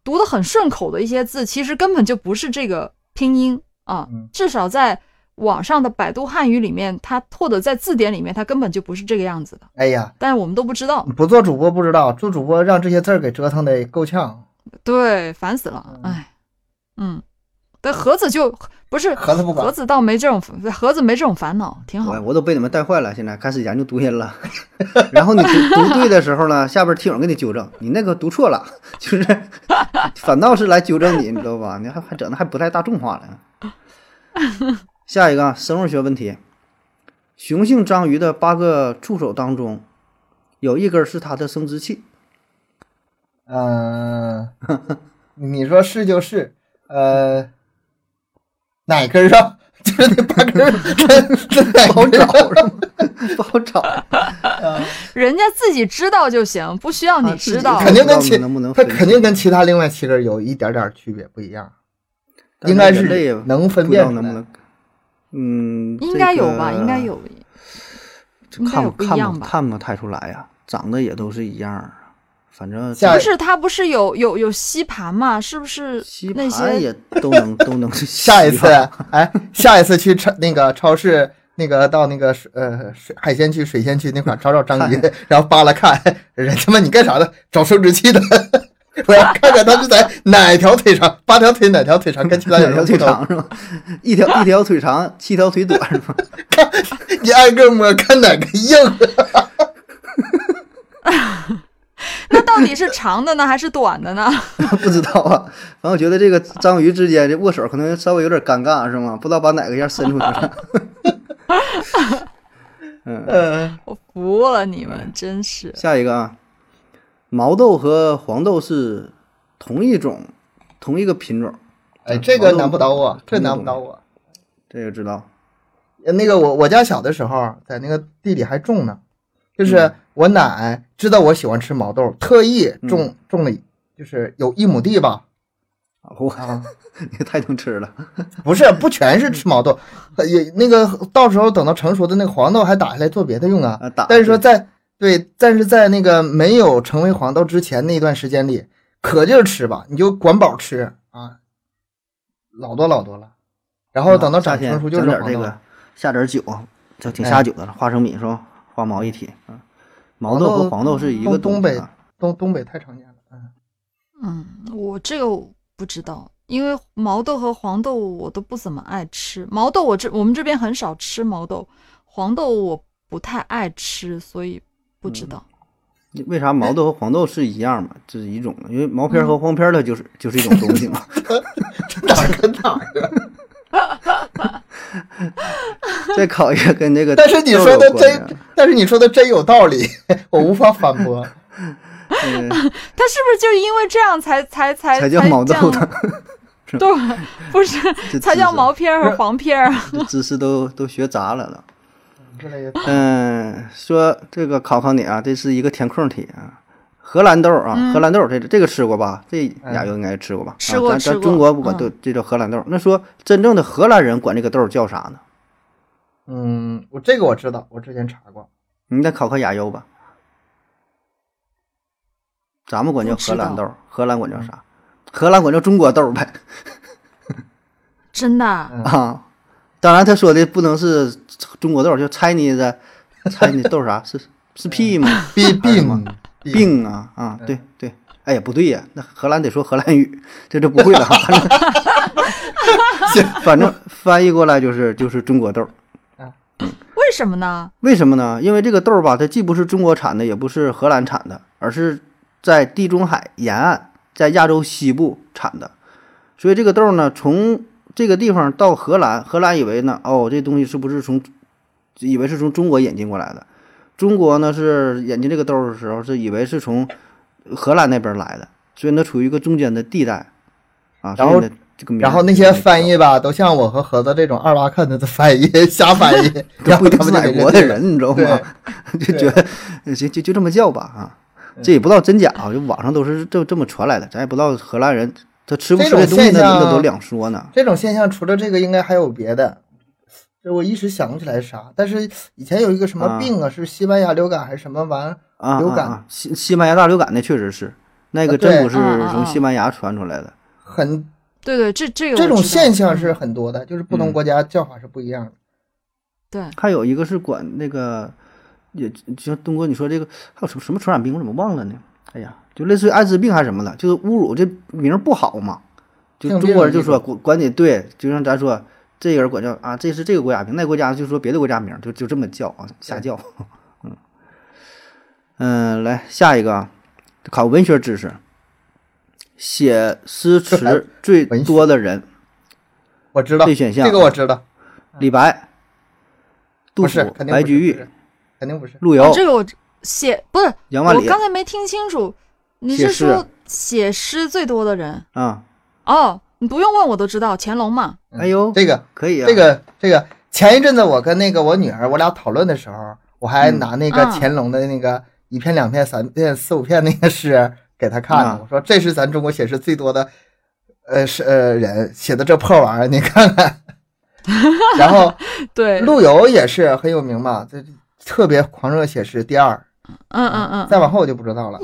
C: 读得很顺口的一些字，其实根本就不是这个拼音啊
B: 嗯。
C: 至少在网上的百度汉语里面，它或者在字典里面，它根本就不是这个样子的。
B: 哎呀，
C: 但是我们都不知道，
B: 不做主播不知道，做主播让这些字儿给折腾的够 呛。
C: 对，烦死了，哎，嗯。但盒子就不是
B: 盒子不管
C: 盒子倒没这种盒子没这种烦恼，挺好
A: 我。我都被你们带坏了，现在开始研究读音了。 然后你读读对的时候呢，下边听友给你纠正，你那个读错了，就是反倒是来纠正你，你知道吧？你还还整的还不太大众化了。 下一个啊，生物学问题，雄性章鱼的 八个触手当中，有一根是它的生殖器，
B: 嗯、 你说是就是，呃，哪根儿上？ 就是那八根儿，真真哪
A: 不好
B: 根儿上
A: 找是吗？不好找，
C: 人家自己知道就行，不需要
A: 啊
C: 你
A: 自己
C: 知道。
A: 看
B: 肯定跟
A: 不知
B: 其
A: 道能不能
B: 它
A: 分
B: 肯定跟其他另外七根儿有一点点儿区别，不一样，
A: 但
B: 应该
A: 人类也
B: 是能分
A: 不知
B: 辨
A: 道
B: 出
A: 能不
B: 来。
A: 能，嗯，
C: 应该有吧？
A: 这个
C: 应该有。
A: 这
C: 应该
A: 看
C: 有
A: 不
C: 不一
A: 看
C: 样
A: 不
C: 吧
A: 看不太出来呀、长得也都是一样儿啊，反正
B: 下
C: 不
B: 一
C: 是他不是有有有吸盘嘛？是不是
A: 吸
C: 那
A: 盘
C: 些
A: 也都能都能
B: 下一
A: 吸
B: 次
A: 吧，
B: 哎，下一次去超那个超市，那个到那个水呃水海鲜区、水鲜区那块儿找找章鱼，然后扒拉看，人他妈你干啥的？找生殖器的， 我要看看他是在哪条腿上，八条腿 哪条腿上跟其他
A: 两
B: 人
A: 条腿
B: 有不同，
A: 长是吧？一条一条腿长，七条腿短是吧？
B: 你挨个摸看哪个硬。
C: 那到底是长的呢，还是短的呢？
A: 不知道啊，反正我觉得这个章鱼之间这握手可能稍微有点尴尬是吗？不知道把哪个样伸出去了。 嗯，
B: 嗯，
C: 我服了你
A: 哎
C: 们，真是
A: 下一个啊，毛豆和黄豆是同一种，同一个品种，
B: 哎，这个难不倒我，这难不倒我。
A: 这个知道。
B: 那个我我家小的时候，在那个地里还种呢，就是我奶知道我喜欢吃毛豆，特意种、种了，就是有一亩地吧。
A: 我
B: 啊，
A: 你太能吃了，
B: 不是，不全是吃毛豆，呃也那个到时候等到成熟的那个黄豆还打下来做别的用啊。
A: 啊打
B: 但是说在对，但是在那个没有成为黄豆之前那段时间里，可劲儿吃吧，你就管饱吃啊，老多老多了。然哦后等到
A: 嗯夏
B: 长
A: 天
B: 成熟就是
A: 整点
B: 黄
A: 这
B: 豆
A: 个
B: 了。，哎
A: 下点酒，就挺下酒的了。花生米是吧？花毛一体啊，毛豆和黄豆是一个
B: 东东
A: 东西
B: 北
A: 啊
B: 东东北太 常见了，嗯，
C: 嗯，我这个我不知道，因为毛豆和黄豆我都不怎么爱吃。毛豆我这我们这边很少吃毛豆，黄豆我不太爱吃，所以不
A: 嗯
C: 知道。
A: 为啥毛豆和黄豆是一样嘛？这是一种的，因为毛片
B: 嗯
A: 儿和黄片儿它就是就是一种东西 嘛。
B: 哪 儿跟哪儿啊？
A: 再考一个跟这个，
B: 但是你说的
A: 啊
B: 真，，但是你说的真有道理， 我无法反驳。
A: 嗯
C: 它是不是就因为这样才才才
A: 才叫毛豆
C: 这样
A: 的，
C: 对，不 是
A: 这
C: 才叫
A: 知识
C: 毛片儿和黄片儿。啊
A: 这知识都都学杂了都。
B: 这类
A: 嗯，说这个考考你啊，这是一个填空题啊。荷兰豆啊，荷兰豆这这个吃过吧？这亚优应该吃过吧？
C: 嗯吃过
A: 啊、咱
C: 吃
A: 咱
C: 过
A: 中国不管
C: 嗯
A: 都、这叫荷兰豆。那说真正的荷兰人管这个豆儿叫啥呢？
B: 嗯，我这个我知道，我之前查过。
A: 你再考考亚优吧。咱们管叫
C: 不知
A: 荷兰
C: 道
A: 豆儿，荷兰管叫啥？荷兰管叫中国豆儿呗。
C: 真的啊、
B: 嗯
A: 啊，当然他说的不能是中国豆儿，就 Chinese Chinese 豆儿啥是是 P 吗？
B: B
A: 还有
B: B
A: 吗
B: 嘛
A: 病啊啊，对对，哎呀不对呀，那荷兰得说荷兰语，这就不会了。 反正反正翻译过来就是就是中国豆儿，
C: 为什么呢？
A: 为什么呢？因为这个豆儿吧，它既不是中国产的，也不是荷兰产的，而是在地中海沿岸，在亚洲西部产的。所以这个豆儿呢，从这个地方到荷兰，荷兰以为呢，哦，这东西是不是从，以为是从中国引进过来的？中国呢是引进这个豆儿的时候，是以为是从荷兰那边来的，所以呢处于一个中间的地带啊。
B: 然后
A: 所以呢这个名儿
B: 然后那
A: 就
B: 些
A: 叫
B: 翻译吧，都像我和盒子这种二八看的翻译， 瞎翻译，
A: 都
B: 然
A: 不
B: 后
A: 一定
B: 他
A: 是
B: 们
A: 哪
B: 就
A: 国的人，你知道吗？ 就
B: 对嗯
A: 觉得就就就这么叫吧啊，这也不知道真假啊，就网上都是这这么传来的，咱也不知道荷兰人他吃不吃
B: 这种
A: 这东西，
B: 现
A: 那
B: 象
A: 那都两说呢。
B: 这种现象除了这个，应该还有别的。这我一时想不起来是啥，但是以前有一个什么
A: 啊
B: 病啊，是西班牙流感还是什么玩意儿？
A: 啊，
B: 流
A: 啊
B: 感
A: 啊西西班牙大流感那确实是，那个
B: 啊对
A: 真不是
C: 嗯嗯
A: 从
C: 嗯
A: 西班牙传出来的。
B: 很
C: 对对，这这个
B: 这
C: 我
B: 种
C: 知道
B: 现象是
C: 嗯
B: 很多的，就是不
A: 嗯
B: 同国家叫法是不一样的。
C: 对哦
A: 还有一个是管那个，也就像东哥你说这个，还有什么什么传染病，我怎么忘了呢？哎呀，就类似于艾滋病还是什么的，就是侮辱这名儿不好嘛。就
B: 像
A: 中国人
B: 这
A: 就
B: 种
A: 说管管你对，就像咱说这个人管叫啊，这是这个国家名，那国家就说别的国家名，就就这么叫啊，瞎叫。 嗯嗯，来下一个啊，考文学知识。写诗词最
B: 文学
A: 多的人，
B: 我知道
A: 这选项
B: 这个我知道，
A: 李白、杜
B: 啊不是
A: 甫、
B: 肯定不
A: 白
B: 是
A: 居
B: 不
A: 易
B: 是、肯定不是。
A: 陆
C: 哦
A: 游、
C: 这个我写不是
A: 杨万
C: 我
A: 里。
C: 刚才没听清楚，你
A: 写
C: 是
A: 诗
C: 说写诗最多的人？
A: 啊，
C: 哦，你不用问我都知道，乾隆 嘛。
B: 嗯
A: 哎呦
B: 这个
A: 可以啊，
B: 这个这个，前一阵子我跟那个我女儿，我俩讨论的时候，我还
A: 嗯
B: 拿那个
C: 啊
B: 乾隆的那个一片、两片、三片、四五片那个诗给她看
A: 啊
B: 呢，我说这是咱中国写诗最多的，呃是呃人写的这破玩意儿，你看 看。然后
C: 对，嗯
B: 陆游也是很有名嘛，这特别狂热写诗第二，
C: 嗯嗯
B: 再往后我就不知道了。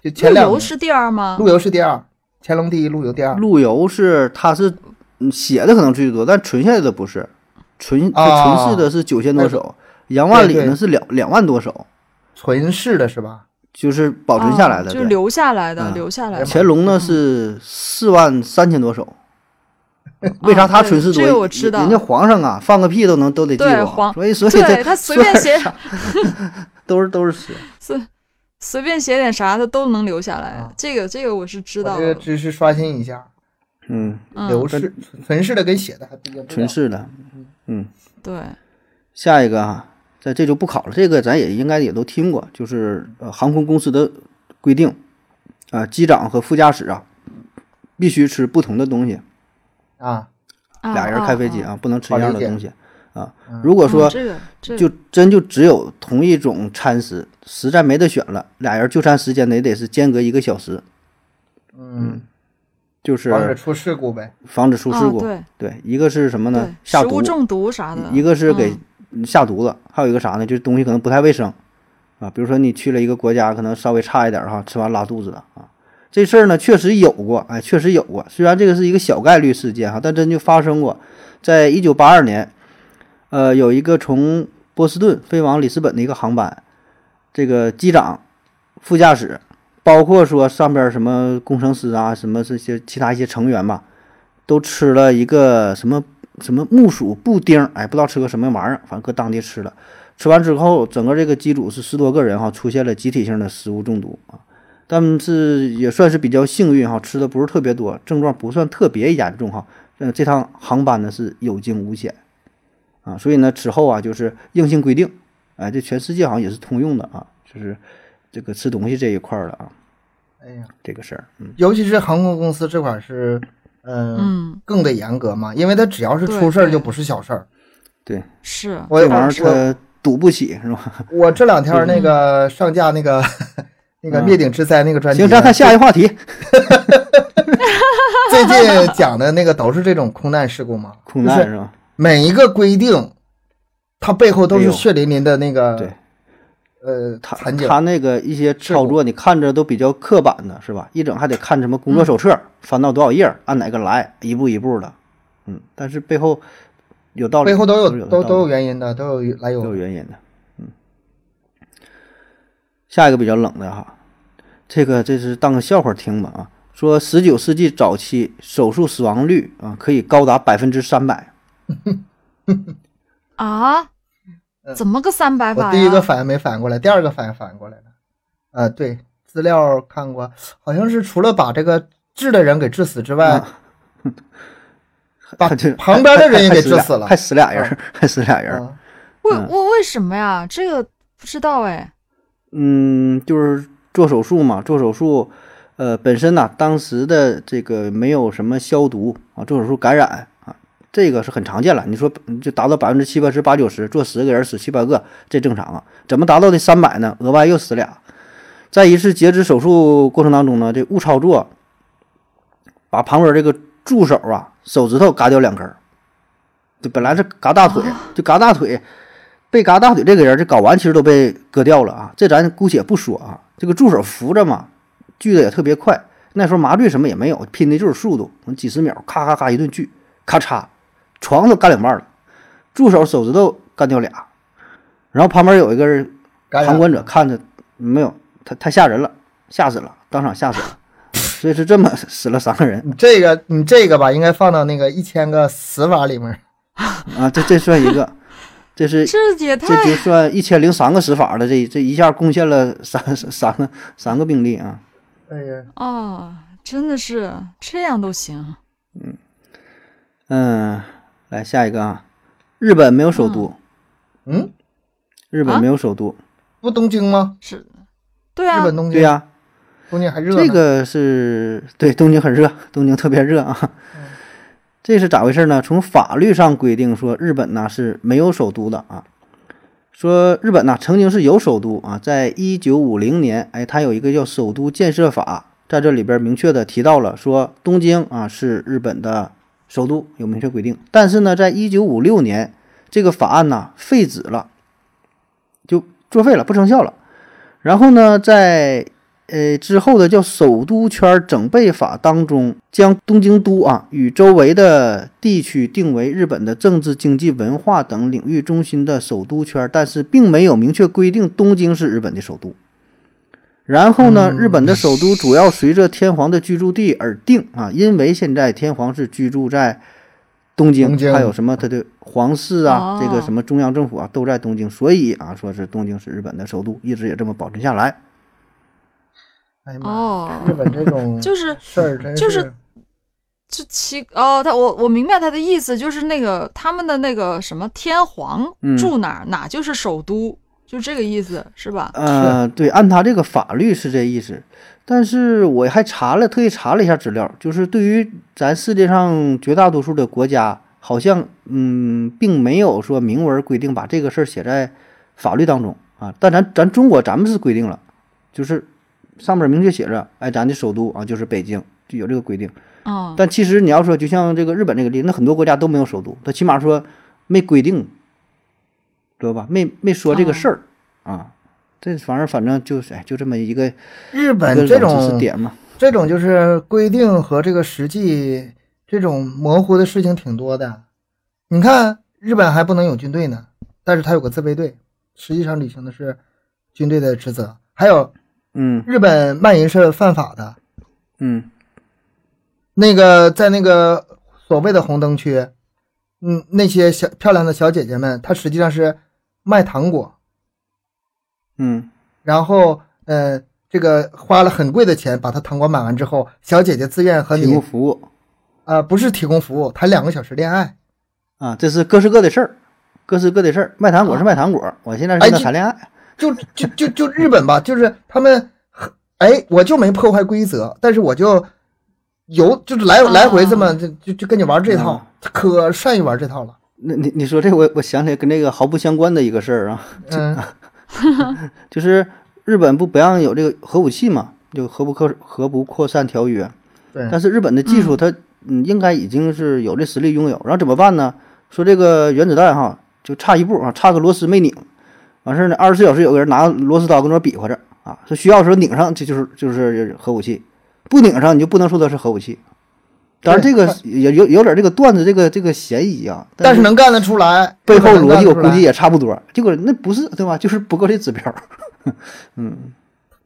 B: 就前
C: 嗯。陆
B: 两
C: 游
B: 名
C: 是第二吗？
B: 陆游是第二，乾隆第一，陆游第二。
A: 陆游是他是嗯写的可能最多，但存下来的不是，存他存世的是九千多首，杨万里
B: 啊对
A: 呢
B: 对
A: 是两两万多首，
B: 存世的是吧？
A: 就是保存下来
C: 哦
A: 的。
C: 就是
A: 对，
C: 留下来的，
A: 嗯
C: 留下来
B: 哎
C: 的。
B: 呀
A: 乾隆呢是四万三千多首。为啥他存世多？
C: 哦对这个我知道
A: 人家皇上啊，放个屁都能都得记
C: 对
A: 我，
C: 皇
A: 所以所以
C: 对
A: 这
C: 他随便写，
A: 都是都是诗。
C: 随随便写点啥，他都能留下来
B: 啊。
C: 这个这个我是知
B: 我
C: 道
B: 这个
C: 的。
B: 知识刷新一下，
A: 嗯，
C: 嗯，
B: 刘氏存世的跟写的还不一样。
A: 存世的。嗯，
C: 对，
A: 下一个哈、这这就不考了，这个咱也应该也都听过，就是呃航空公司的规定，啊、机长和副驾驶啊必须吃不同的东西，
B: 啊，
C: 啊
A: 俩人开飞机
C: 啊
A: 啊不能吃一样
B: 好
A: 的
B: 理解
A: 东西啊
B: 嗯。
A: 如果
C: 啊
A: 说
C: 嗯这个这
A: 就真就只有同一种餐食，实在没得选了，俩人就餐时间得得是间隔一个小时，
B: 嗯，
A: 就是
B: 防止出事故呗。
A: 防止出事故。
C: 啊对
A: 对，一个是什么呢
C: 对？，
A: 下
C: 食
A: 毒
C: 物，中毒啥的。
A: 一个是给
C: 嗯
A: 下毒了，还有一个啥呢？就是东西可能不太卫生啊。比如说你去了一个国家，可能稍微差一点儿哈，吃完拉肚子了啊。这事儿呢，确实有过，哎，确实有过。虽然这个是一个小概率事件哈，但真就发生过。在一九八二年，呃，有一个从波士顿飞往里斯本的一个航班，这个机长、副驾驶，包括说上边儿什么工程师啊，什么这些其他一些成员吧，都吃了一个什么什么木薯布丁儿，哎，不知道吃个什么玩意儿，反正搁当地吃了。吃完之后，整个这个机组是十多个人哈，出现了集体性的食物中毒啊。但是也算是比较幸运哈，吃的不是特别多，症状不算特别严重哈。呃，这趟航班呢是有惊无险啊，所以呢此后啊就是硬性规定，哎，这全世界好像也是通用的啊，就是这个吃东西这一块儿了啊，
B: 哎呀，
A: 这个事儿，嗯，
B: 尤其是航空公司这块儿是，嗯，
C: 嗯
B: 更得严格嘛，因为它只要是
C: 对
B: 出事儿
C: 对
B: 就不是小事儿。
A: 对，
C: 是
B: 我
A: 这玩意儿
B: 我
A: 它赌不起是吧？
B: 我这两天儿那个上架那个 那个
A: 嗯
B: 灭顶之灾那个专辑，
A: 行，咱看下一话题，
B: 最近讲的那个都是这种空难事故嘛，
A: 空
B: 就
A: 难
B: 是
A: 是吧？
B: 每一个规定，它背后都
A: 哎
B: 是
A: 呦
B: 血淋淋的那个
A: 对
B: 呃
A: 他
B: 残景。
A: 他那个一些操作，你看着都比较刻板的，是吧？一整还得看什么工作手册，
B: 嗯
A: 翻到多少页，按哪个来，一步一步的，嗯。但是背后有道理，
B: 背后都
A: 是
B: 有
A: 道
B: 都
A: 理
B: 都有原因的，都有来
A: 都有
B: 由。
A: 原因的，嗯。下一个比较冷的哈，这个这是当个笑话听吧啊。说十九世纪早期手术死亡率啊可以高达百分之三百，
C: 啊，
B: 嗯
C: 怎么个三百
B: 我
C: 法呀？
B: 第一个反应没反应过来，第二个反应反应过来了。啊，对，资料看过，好像是除了把这个治的人给治死之
A: 嗯
B: 外，啊 把
A: 还真
B: 旁边的人也
A: 还
B: 给
A: 死
B: 治
A: 俩
B: 死了嗯
A: 还。死俩人 儿，还死俩人儿。
B: 啊
C: 为
A: 嗯
C: 为为什么呀？这个不知道哎。
A: 嗯，就是做手术嘛，做手术，呃，本身呢、当时的这个没有什么消毒啊，做手术感染啊，这个是很常见了。你说嗯就达到百分之七八十、八九十，做十个人死七八个，这正常啊。怎么达到的三百呢？额外又死俩，在一次截肢手术过程当中呢，这误操作，把旁边这个助手啊手指头嘎掉两根儿，就本来是嘎大腿，就嘎大腿，被嘎大腿这个人，这睾丸其实都被割掉了啊，这咱姑且不说啊。这个助手扶着嘛，锯的也特别快，那时候麻醉什么也没有，拼的就是速度，几十秒，咔咔咔一顿锯，咔嚓，床都干两半了，助手手指头干掉俩，然后旁边有一个人
B: 感
A: 旁
B: 染
A: 观者看着没有，他太吓人了，吓死了，当场吓死了，所以是这么死了三个人
B: 你这个你这个吧，应该放到那个一千个死法里面。
A: 啊，这这算一个，这 是
C: 这也太
A: 这就算一千零三个死法了，这这一下贡献了三三三个三个病例啊。
B: 哎呀，
C: 哦，真的是这样都行
A: 嗯，来下一个啊，日本没有首都，
B: 嗯，
A: 日本没有首都，
B: 不东京吗？
C: 是？对
B: 日
C: 啊，
B: 本东京。
A: 对呀、
B: 东京还热呢。
A: 这个是对东京很热，东京特别热啊。
B: 嗯
A: 这是咋回事呢？从法律上规定说，日本呢是没有首都的啊。说日本呢曾经是有首都啊，在一九五零年，哎，它有一个叫《首都建设法》，在这里边明确的提到了说东京啊是日本的首都，有明确规定。但是呢，在一九五六年，这个法案呢废止了，就作废了，不生效了。然后呢，在呃之后的叫《首都圈整备法》当中，将东京都啊与周围的地区定为日本的政治、经济、文化等领域中心的首都圈，但是并没有明确规定东京是日本的首都。然后呢，日本的首都主要随着天皇的居住地而定啊，因为现在天皇是居住在东京，
B: 东京
A: 还有什么他的皇室啊，
C: 哦
A: 这个什么中央政府啊都在东京，所以啊，说是东京是日本的首都，一直也这么保存下来。
B: 哎呀妈呀，
C: 哦
B: 日，本这
A: 嗯
B: 种
C: 就是
B: 事儿真
C: 哦就是
B: 是
C: 这奇哦，他我我明白他的意思，就是那个他们的那个什么天皇
A: 嗯
C: 住哪儿、哪就是首都，就这个意思是啊吧？
A: 呃，对，按他这个法律是这意思，但是我还查了，特意查了一下资料，就是对于咱世界上绝大多数的国家，好像嗯，并没有说明文规定把这个事儿写在法律当中啊。但咱咱中国咱们是规定了，就是上面明确写着，哎，咱的首都啊就是北京，就有这个规定。
C: 嗯，
A: 但其实你要说，就像这个日本这个例子，那很多国家都没有首都，它起码说没规定，知道吧？没没说这个事儿、啊。这反正反正就是哎，就这么一个
B: 日
A: 一
B: 本
A: 个
B: 这
A: 冷知识
B: 种
A: 点嘛。
B: 这种就是规定和这个实际这种模糊的事情挺多的。你看，日本还不能有军队呢，但是它有个自卫队，实际上履行的是军队的职责。还有，
A: 嗯
B: 日本卖淫是犯法的，
A: 嗯
B: 那个在那个所谓的红灯区，嗯，那些小漂亮的小姐姐们，她实际上是卖糖果，
A: 嗯，
B: 然后呃，这个花了很贵的钱把她糖果买完之后，小姐姐自愿和
A: 提
B: 你
A: 供服务
B: 啊、不是提供服务，谈两个小时恋爱。
A: 啊，这是各是各的事儿，各是各的事儿。卖糖果是卖糖果，我现在是
B: 哎
A: 在
B: 这
A: 谈恋爱。
B: 就就就就日本吧，就是他们很，哎，我就没破坏规则，但是我就有就是来
C: 啊
B: 来回这么就就就跟你玩这套
A: 啊，
B: 可善于玩这套了。
A: 那你你说这我我想起来跟这个毫不相关的一个事儿啊，
B: 嗯，
A: 就是日本不不让有这个核武器嘛，就核不扩核不扩散条约。
B: 对，
A: 但是日本的技术它嗯应该已经是有这实力拥有，然后怎么办呢？说这个原子弹哈就差一步啊，差个螺丝没拧，完事儿呢二十四小时有个人拿螺丝刀跟那儿比划着啊，说需要的时候拧上，这就是就是核武器，不拧上你就不能说它是核武器。当然
B: 对
A: 这个也有有点这个段子这个这个嫌疑啊，
B: 但
A: 是
B: 是能干得出来，
A: 背后
B: 日
A: 逻
B: 本能干
A: 辑
B: 得
A: 我
B: 出
A: 估
B: 来
A: 计也差不多，结果那不是对吧？就是不够这指标。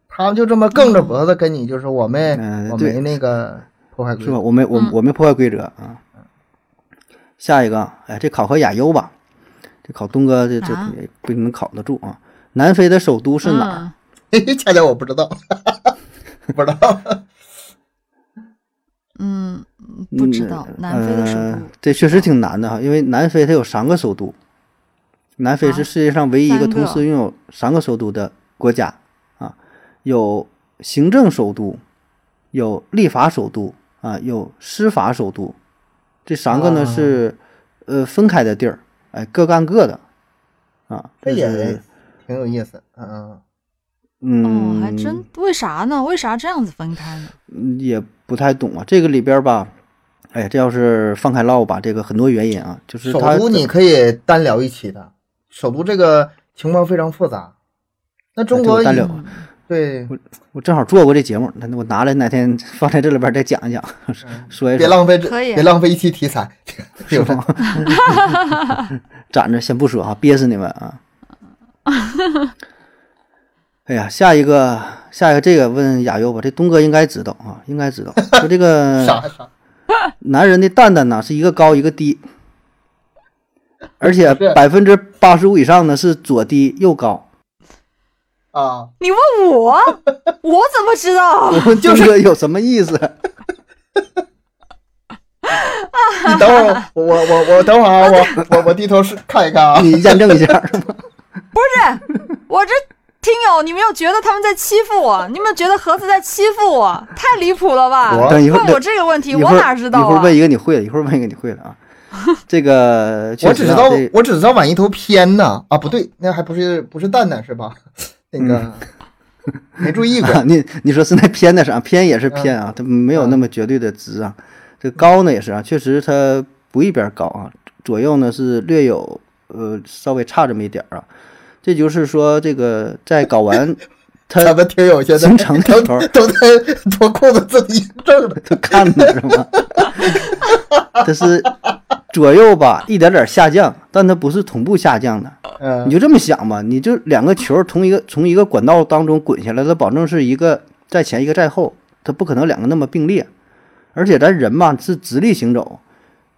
B: 他们就这么梗着脖子跟你，就是我没
A: 嗯
B: 我
A: 对
B: 没那个破坏规
A: 是吧？
B: 则。
A: 我没我
C: 嗯
A: 我没破坏规则啊。下一个啊，哎，这考和亚优吧，这考东哥这这
C: 啊
A: 也不一定能考得住啊。南非的首都是哪儿？
C: 嗯
B: 恰恰我不知道，不知道。
C: 嗯，不知道
A: 嗯
C: 南非的首
A: 呃
C: 都。哦
A: 这确实挺难的哈，因为南非它有三个首都，南非是
C: 啊
A: 世界上唯一一个
C: 三个
A: 同时拥有三个首都的国家啊，有行政首都，有立法首都啊，有司法首都，这三个呢
C: 哦
B: 啊
A: 是呃分开的地儿，哎，各干各的啊，
B: 这
A: 就
B: 也
A: 是
B: 挺有意思，嗯嗯，
A: 嗯，
C: 哦，还真为啥呢？为啥这样子分开呢？
A: 嗯也不太懂啊，这个里边儿吧。哎，这要是放开唠吧，这个很多原因啊，就是
B: 首
A: 它
B: 都你可以单聊一期的，首都这个情况非常复杂。那中
A: 哎这
B: 国
A: 我单
B: 以
A: 聊
C: 嗯
B: 对，
A: 我正好做过这节目，那我拿来哪天 放在这里边再讲一讲， 说一
B: 嗯别
A: 说，
B: 浪费这，
C: 可以
B: 别浪费一期题材， 有这
A: 攒着先不说哈，憋死你们 啊！哎呀，下一个，下一个，这个问亚优吧，这东哥应该知道啊，应该知 道。说这个
B: 啥啥，
A: 男人的蛋蛋呢是一个高一个低，而且
B: 不是
A: 百分之八十五以上呢是左低右高。
B: 啊，
C: 你问我，我怎么知道？
A: 我问东哥有什么意思？
B: 你等会儿，我我我我等会儿啊，我我我低头是看一看啊，
A: 你验证一下是吗？
C: 不是，我这听友，你们有觉得他们在欺负我？你们觉得盒子在欺负我？太离谱了吧！
B: 我
A: 等一会儿
C: 问我这个问题，
A: 一会
C: 我
A: 儿
C: 哪知道
A: 一会儿
C: 啊？
A: 问一个你会的，一会儿问一个你会 的啊。这个
B: 我
A: 确
B: 只
A: 实
B: 知
A: 啊
B: 道
A: 这
B: 我只知道碗一头偏呢啊，不对，那还不是不是蛋蛋是吧？ 那个
A: 嗯
B: 没 注意过，
A: 啊，你你说是那偏的上偏也是偏
B: 嗯
A: 啊，它没有那么绝对的直啊。这高呢也是啊，确实它不一边高啊，左右呢是略有呃稍微差这么一点儿啊。这就是说，这个在睾 丸
B: 咱
A: 它
B: 们听友现在
A: 形成
B: 都
A: 的头儿
B: 都 在脱裤子自己正的，
A: 它看的是吗？它是左右吧，一点点下降，但它不是同步下降的。你
B: 嗯，
A: 就这么想吧，你就两个球从一个从一个管道当中滚下来，它保证是一个在前一个在后，它不可能两个那么并列。而且咱人嘛是直立行走，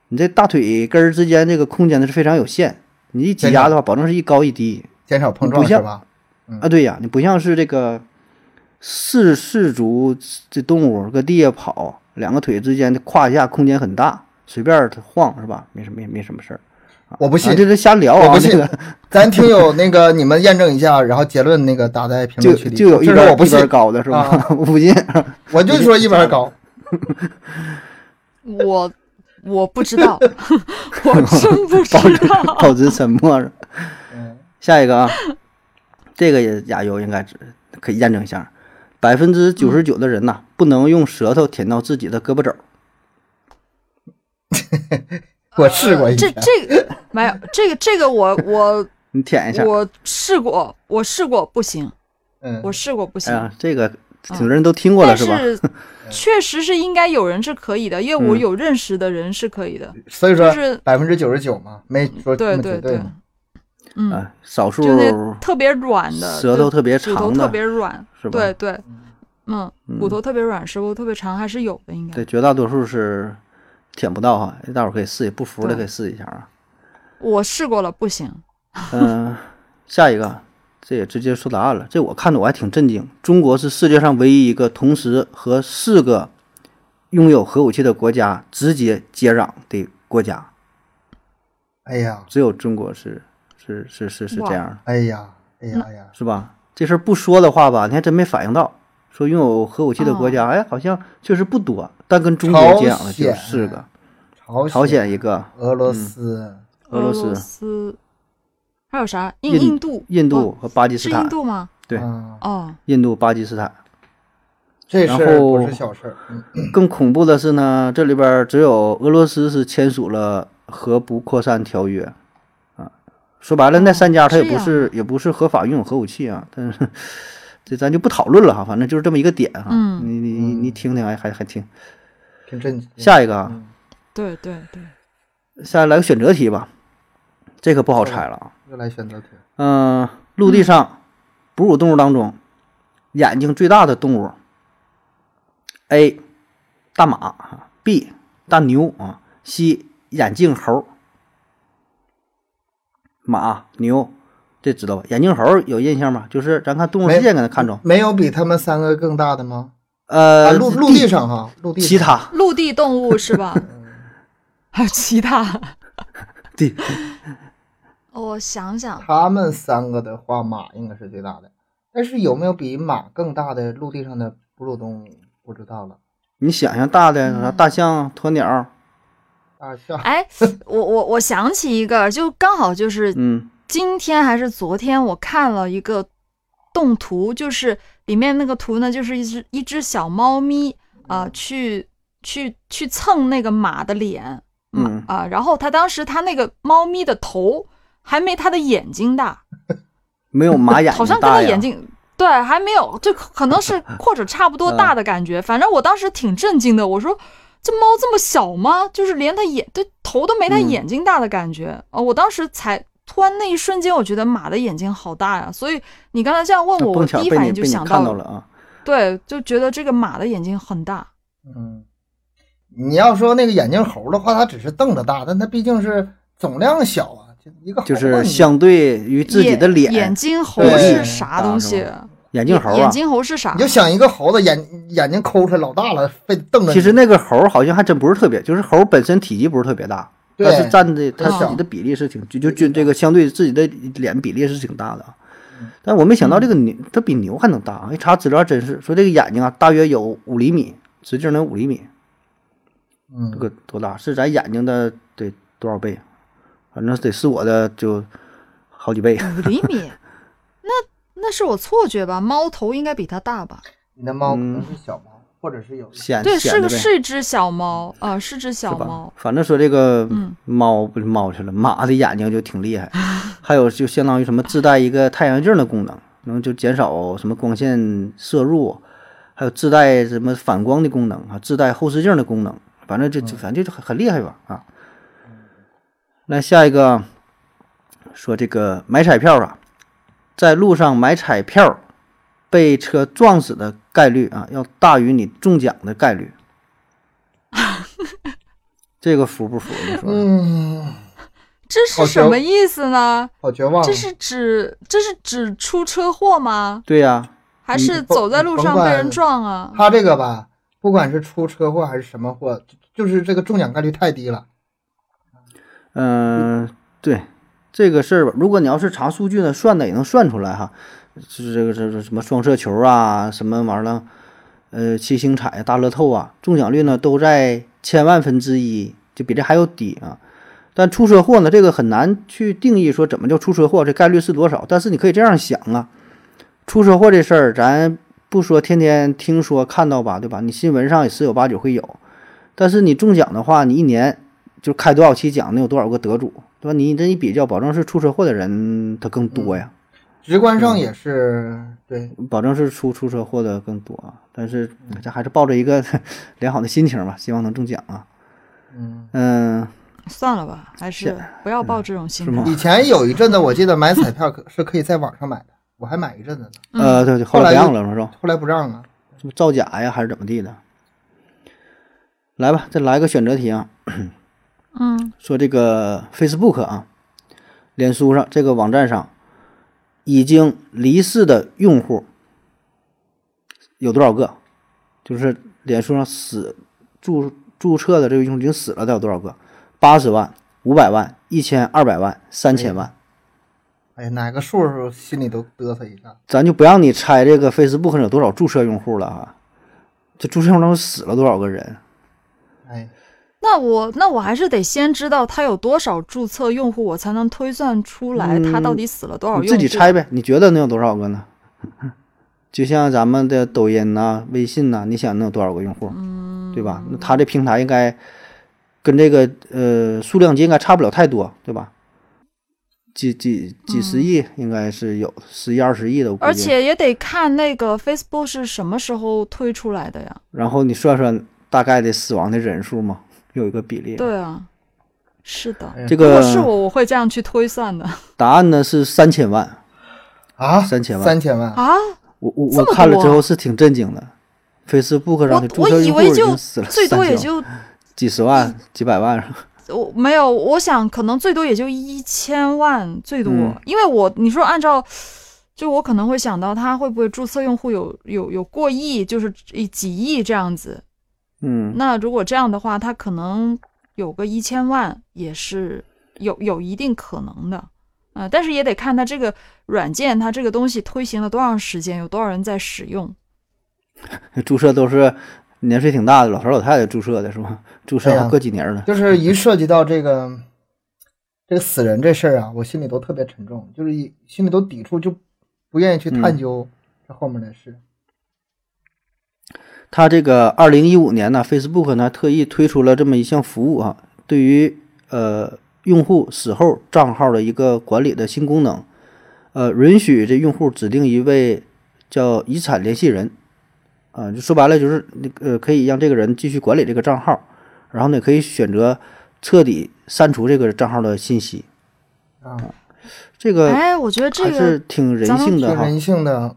A: 你这大腿根儿之间这个空间呢是非常有限，你一挤压的话，保证是一高一低
B: 减少碰撞
A: 不
B: 是
A: 像
B: 吧？嗯
A: 啊。对呀，你不像是这个四四足这动物搁地下跑，两个腿之间的胯下空间很大，随便儿它晃是吧？没什么也没什么事儿。
B: 我不信
A: 啊、，这是瞎聊
B: 我
A: 啊，
B: 不
A: 这
B: 信
A: 个。
B: 咱听友那个你们验证一下，然后结论那个打在评
A: 就
B: 论区里。
A: 就有一
B: 这
A: 边
B: 是我
A: 儿
B: 不
A: 一边
B: 信
A: 儿，高的是吧？
B: 啊
A: 我不 信。
B: 我就说一边高，
C: 我我不知 道，我真不
A: 保
C: 知
A: 持
C: 道。
A: 保持沉默。
B: 嗯
A: 下一个 啊，这个也亚优应该知可以验证一下，百分之九十九的人呐、不能用舌头舔到自己的胳膊肘。
B: 我试过一
C: 呃这
B: 遍，
C: 这个没有这个这个我我
A: 你舔一下，
C: 我试过，我试过不行，
B: 嗯
C: 我试过不
A: 哎
C: 行。
A: 呀，这个挺多人都听过了、
C: 啊但
A: 是吧？
C: 是确实是应该有人是可以的，因为我
A: 嗯
C: 有认识的人是可以的，
B: 所以说
C: 就是
B: 百分之九十九嘛，没说这
C: 对
B: 么
C: 对
B: 绝对
C: 对
B: 嘛。，
C: 嗯，
A: 啊，少数
C: 就那特别软的
A: 舌头
C: 就
A: 特别
C: 骨头
A: 长
C: 特
A: 的，
C: 别软，
A: 是吧？
C: 对对，嗯，
A: 嗯
C: 骨头特别软，舌头特别长，还是有的，应该
A: 对，。绝大多数是舔不到哈，大伙儿可以试一，不服的
C: 对
A: 可以试一下啊。
C: 我试过了，不行。
A: 嗯，下一个，这也直接说答案了。这我看的我还挺震惊。中国是世界上唯一一个同时和四个拥有核武器的国家直接接壤的国家，
B: 哎呀，
A: 只有中国是是是是是这样的，
B: 哎呀，哎呀，哎呀，
A: 是吧？这事儿不说的话吧，你还真没反应到。说拥有核武器的国家，
C: 啊
A: 哎，好像确实不多，但跟中国
B: 朝
A: 接壤的只有
B: 鲜
A: 四个：
B: 朝
A: 朝鲜一嗯个，
B: 俄罗斯，
A: 俄罗斯
C: 斯还有啥？印
A: 印
C: 印度、
A: 印度
C: 哦
A: 和巴基斯
C: 是
A: 坦
C: 印。度吗？
A: 对
B: 嗯，
C: 哦，
A: 印度、巴基斯坦。
B: 这
A: 然
B: 事儿
A: 后
B: 不是小事儿。嗯
A: 更恐怖的是呢，这里边儿只有俄罗斯是签署了核不扩散条约，啊，说白了，那三家它也不是、也不是合法拥有核武器啊，但是这咱就不讨论了哈，反正就是这么一个点哈，
C: 嗯
A: 你你你
B: 嗯
A: 你听听，还还还听，
B: 挺震惊。
A: 下一个啊，
C: 对对对，
A: 嗯下来个选择题吧，这可不好猜了啊，
B: 又来选择题，
A: 嗯、陆地上哺乳动物当中，眼睛最大的动物，A 大马啊，B 大牛啊，C 眼镜猴。马牛这知道吧？眼镜猴有印象吗？就是咱看《动物世界》给它看中。
B: 没有比他们三个更大的吗？啊，
A: 呃，
B: 陆陆地上哈，陆地
A: 其
B: 上
A: 他
C: 陆地动物是吧？ 还有其他？
A: 地
C: 哦我想想，
B: 他们三个的话，马应该是最大的，但是有没有比马更大的陆地上的哺乳动物不知道了。
A: 你想想大的
B: 嗯
A: 啥大象、鸵鸟，
B: 大象，
C: 哎，我我我想起一个，就刚好就是
A: 嗯
C: 今天还是昨天，我看了一个动图，就是里面那个图呢，就是一只一只小猫咪啊、去去去蹭那个马的脸，马
A: 嗯
C: 啊、然后它当时它那个猫咪的头还没它的眼睛大，
A: 没有马眼睛大呀。
C: 好像跟它眼睛。对，还没有，就可可能是 或者差不
A: 嗯
C: 多大的感觉。反正我当时挺震惊的，我说这猫这么小吗？就是连它眼对头都没它
A: 嗯
C: 眼睛大的感觉。哦，我当时才突然那一瞬间，我觉得马的眼睛好大呀。所以你刚才这样问我，我
A: 碰巧
C: 第一
A: 被
C: 反
A: 你
C: 应就
A: 被你
C: 想
A: 看到
C: 了
A: 了啊。
C: 对，就觉得这个马的眼睛很大。
B: 嗯，你要说那个眼镜猴的话，它只是瞪着大，但它毕竟是总量小啊，就一个猴
A: 就
B: 嘛
A: 是
B: 你
A: 相对于自己的
C: 眼
A: 脸，
C: 眼睛猴
B: 对
C: 是啥
A: 大
C: 东
A: 是
C: 西？
A: 吧眼镜猴
C: 眼眼
A: 啊。
C: 睛猴是啥
B: 你？就想一个猴子眼眼睛抠出来老大了，非瞪着你。
A: 其实那个猴儿好像还真不是特别，就是猴儿本身体积不是特别大，但
B: 对
A: 是占的它
B: 小
A: 自己的比例是挺就就就这个相对自己的脸比例是挺大的啊。
B: 嗯
A: 但我没想到这个
C: 嗯
A: 牛，它比牛还能大啊！一查资料，真是说这个眼睛啊，大约有五厘米，直径能五厘米，这
B: 嗯，
A: 个多大？是咱眼睛的得多少倍？反正得是我的就好几倍。
C: 五厘米，那那是我错觉吧？猫头应该比它大吧？
B: 你的猫可
A: 嗯
B: 能是小猫，或者是有
A: 显
C: 对，
A: 显
C: 是
A: 着
C: 个
A: 呗，
C: 是一只小猫啊、是只小
A: 是吧
C: 猫？。
A: 反正说这个
C: 嗯
A: 猫不是猫去了，马的眼睛就挺厉害，还有就相当于什么自带一个太阳镜的功能，能就减少什么光线摄入，啊还有自带什么反光的功能啊，自带后视镜的功能，反正就就反正就很很厉害吧啊。那下一个说这个买彩票啊，在路上买彩票被车撞死的概率啊，要大于你中奖的概率。这个服不服？你说、
B: 嗯，
C: 这是什么意思呢？
B: 好绝望啊。
C: 这是指这是指出车祸吗？
A: 对呀、
C: 还是走在路上
B: 你甭
C: 被
B: 管
C: 人撞啊？
B: 他这个吧，不管是出车祸还是什么祸，就就是这个中奖概率太低了。
A: 嗯，对这个事儿吧，如果你要是查数据呢，算的也能算出来哈，就是这个这这什么双色球啊，什么玩意儿了，呃，七星彩啊、大乐透啊，中奖率呢都在千万分之一，就比这还要低啊。但出车祸呢，这个很难去定义说怎么叫出车祸，这概率是多少。但是你可以这样想啊，出车祸这事儿，咱不说天天听说看到吧，对吧？你新闻上也十有八九会有。但是你中奖的话，你一年就开多少期奖，能有多少个得主，对吧？你这一比较，保证是出车祸的人他更多呀，
B: 直观
A: 嗯
B: 上也是对，
A: 保证是出出车祸的更多啊。但是这还是抱着一个呃良好的心情吧，希望能中奖啊。
B: 嗯。
A: 嗯，
C: 算了吧，还是不要抱这种心
A: 是吗
C: 态。
B: 以前有一阵子，我记得买彩票可是可以在网上买的，我还买一阵子呢，
A: 呃，对对，后来
B: 后
A: 不
B: 来
A: 让
B: 就
A: 了是吧？
B: 后来不让了。
A: 是不是造假呀，还是怎么地的？来吧，再来个选择题啊。
C: 嗯，
A: 说这个 Facebook 啊，脸书上这个网站上已经离世的用户有多少个？就是脸书上死注注册的这个用户已经死了的有多少个？八十万、五百万、一千、二百万、三千万。
B: 哎呀，哪个数儿心里都嘚瑟一下。
A: 咱就不让你猜这个 Facebook 上有多少注册用户了啊！这注册用户当中死了多少个人？
B: 哎，
C: 那我那我还是得先知道它有多少注册用户，我才能推算出来它到底死了多少哦用
A: 你
C: 户。
A: 自己猜呗，你觉得能有多少个呢？ 就像咱们的抖音呐、微信呐、你想能有多少个用户，
C: 嗯
A: 对吧？那它这平台应该跟这个呃数量级应该差不了太多，对吧？几几几十亿应该是有，十亿二十亿的，我估计
C: 嗯而且也得看那个 Facebook 是什么时候推出来的呀？
A: 然后你算算大概的死亡的人数嘛，有一个比例。
C: 对啊，是的。
A: 这
C: 如
A: 个
C: 果是我，我会这样去推算的
A: 答案呢是三千万，
B: 啊，
A: 三千万
B: 三千万，
C: 啊！
A: 我我
C: 这
A: 我
C: 么
A: 看了之
C: 多啊
A: 后是挺震惊的。Facebook 上的
C: 我
A: 注
C: 我
A: 册
C: 以
A: 用户
C: 为
A: 已
C: 就
A: 经死了
C: 最多也
A: 3000万
C: 就
A: 几十
B: 嗯
A: 万、几百 万，
C: 我没有，我想可能最多也就一千万最多，
A: 嗯
C: 因为我你说按照，就我可能会想到他会不会注册用户有有有过亿，就是一几亿这样子。
A: 嗯，
C: 那如果这样的话，他可能有个一千万也是有有一定可能的。呃，但是也得看他这个软件，它这个东西推行了多长时间，有多少人在使用。
A: 注册都是年岁挺大的老头儿老太太注册的是吧？注册
B: 对呀
A: 好过几年了，
B: 就是一涉及到这个这个死人这事儿啊，我心里都特别沉重，就是一心里都抵触，就不愿意去
A: 嗯
B: 探究这后面的事。
A: 他这个二零一五年呢，Facebook 呢特意推出了这么一项服务啊，对于呃用户死后账号的一个管理的新功能，呃，允许这用户指定一位叫遗产联系人，啊、就说白了就是那个呃可以让这个人继续管理这个账号，然后呢可以选择彻底删除这个账号的信息，
B: 啊，
A: 嗯这个
C: 哎，我觉得这
A: 还
C: 个
A: 是挺人
C: 咱们
A: 性
B: 挺
A: 的哈。
B: 人性的，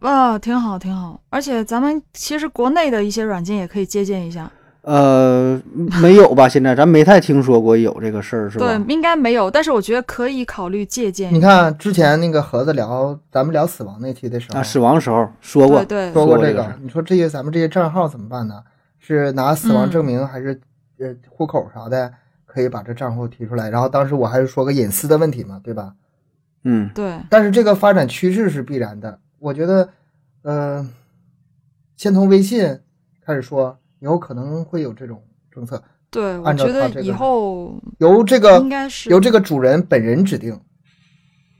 C: 啊，挺好，挺好。而且咱们其实国内的一些软件也可以借鉴一下。
A: 呃，没有吧？现在咱没太听说过有这个事儿，是
C: 对
A: 吧？，
C: 应该没有，但是我觉得可以考虑借鉴。
B: 你，看之前那个盒子聊咱们聊死亡那期的时候，
A: 啊，死亡时候说过，
C: 对对
B: 说过这
A: 事
B: 个
A: 儿，
B: 你说这些咱们这些账号怎么办呢？是拿死亡证明还是呃户口啥的，可以把这账户提出来？然后当时我还是说个隐私的问题嘛，对吧？
A: 嗯
C: 对，
B: 但是这个发展趋势是必然的。我觉得，呃，先从微信开始说，以后可能会有这种政策，
C: 对，我
B: 按照
C: 觉得
B: 他这个
C: 以后
B: 由这
C: 应
B: 个
C: 该是
B: 由这个主人本人指定。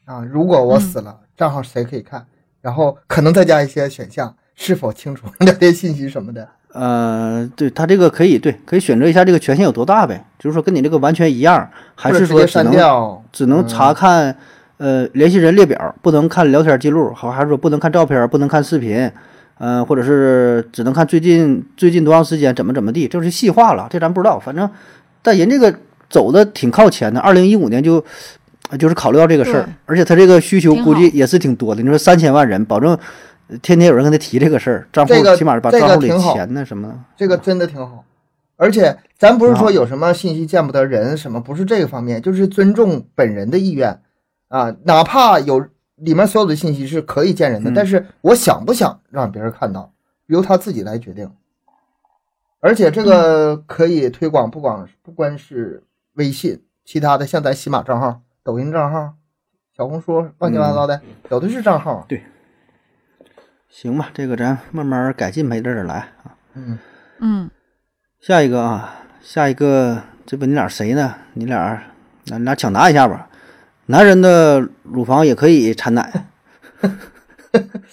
B: 啊，如果我
C: 嗯
B: 死了，账号谁可以看？然后可能再加一些选项，是否清楚 聊天信息什么的。
A: 呃，对他这个可以对，可以选择一下这个权限有多大呗，就是说跟你这个完全一样，还
B: 或者
A: 是
B: 直
A: 说
B: 接
A: 只
B: 删
A: 能
B: 掉？
A: 只能查
B: 嗯
A: 看、呃联系人列表，不能看聊天记录，好还是说不能看照片，不能看视频，呃，或者是只能看最近最近多长时间怎么怎么地，这是细化了，这咱不知道，反正但人这个走的挺靠前的，二零一五年就。就是考虑到这个事儿
C: 对，
A: 而且他这个需求
C: 挺
A: 估计
C: 好
A: 也是挺多的。你说三千万人，保证呃天天有人跟他提这个事儿，账户
B: 这个
A: 起码把
B: 这个
A: 账户里
B: 挺好
A: 钱呢什么的。
B: 这个真的挺好。而且咱不是
A: 挺好
B: 说有什么信息见不得人什么，不是这个方面，就是尊重本人的意愿啊。哪怕有里面所有的信息是可以见人的，
A: 嗯
B: 但是我想不想让别人看到，由他自己来决定。而且这个可以推广，不光不光是微信，其他的像咱喜马账号、抖音账号、小红书乱七八糟的，有的是账号。
A: 行吧，这个咱慢慢改进呗，一阵儿再来。
B: 嗯，
C: 嗯
A: 下一个啊，下一个，这不你俩谁呢？你俩，那你俩抢答一下吧。男人的乳房也可以产奶，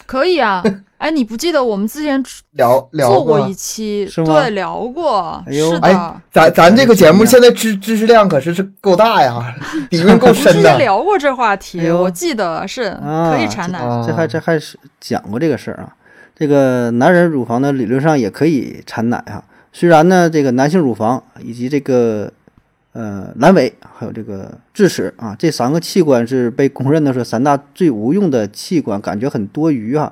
C: 可以 啊。哎，你不记得我们之前
B: 聊聊
C: 做
B: 过
C: 一期，
A: 是吗
C: 对，聊过，
A: 哎呦
C: 是的。
B: 哎咱咱这个节目现在知知识量可是是够大呀，底蕴够
C: 我们之
B: 深的
C: 前。聊过这话题，
A: 哎呦
C: 我记得是、
A: 啊
C: 可以产 奶，
B: 啊
A: 这还这还是讲过这个事儿啊。这个男人乳房呢，理论上也可以产奶哈、虽然呢，这个男性乳房以及这个呃阑尾还有这个智齿啊，这三个器官是被公认的说三大最无用的器官，感觉很多余哈、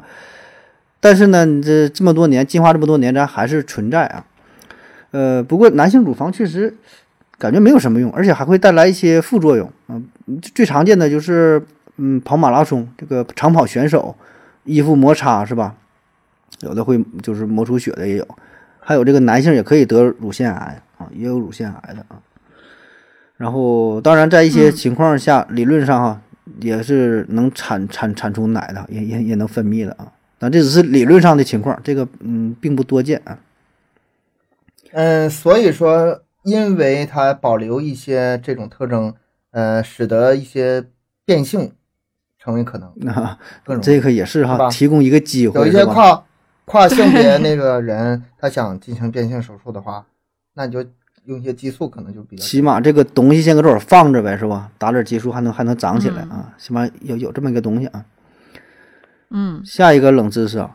A: 但是呢，你这这么多年进化这么多年，咱还是存在啊。呃，不过男性乳房确实感觉没有什么用，而且还会带来一些副作用。嗯、最常见的就是嗯跑马拉松，这个长跑选手衣服摩擦是吧？有的会就是磨出血的也有，还有这个男性也可以得乳腺癌啊，也有乳腺癌的啊。然后当然在一些情况下，理论上哈、也是能产产产出奶的，也也也能分泌的啊。但这只是理论上的情况，这个嗯并不多见啊。
B: 嗯，所以说，因为它保留一些这种特征，呃，使得一些变性成为可能
A: 那、
B: 更容易。
A: 这个也是
B: 是
A: 哈，
B: 吧
A: 提供一个机
B: 有
A: 会
B: 一
A: 是
B: 些
A: 吧？
B: 跨跨性别那个人，他想进行变性手术的话，那你就用一些激素，可能就比较
A: 起码这个东西先搁这儿放着呗，是吧？打点激素还能还能长起来
C: 嗯
A: 啊，起码有有这么一个东西啊。
C: 嗯，
A: 下一个冷知识啊，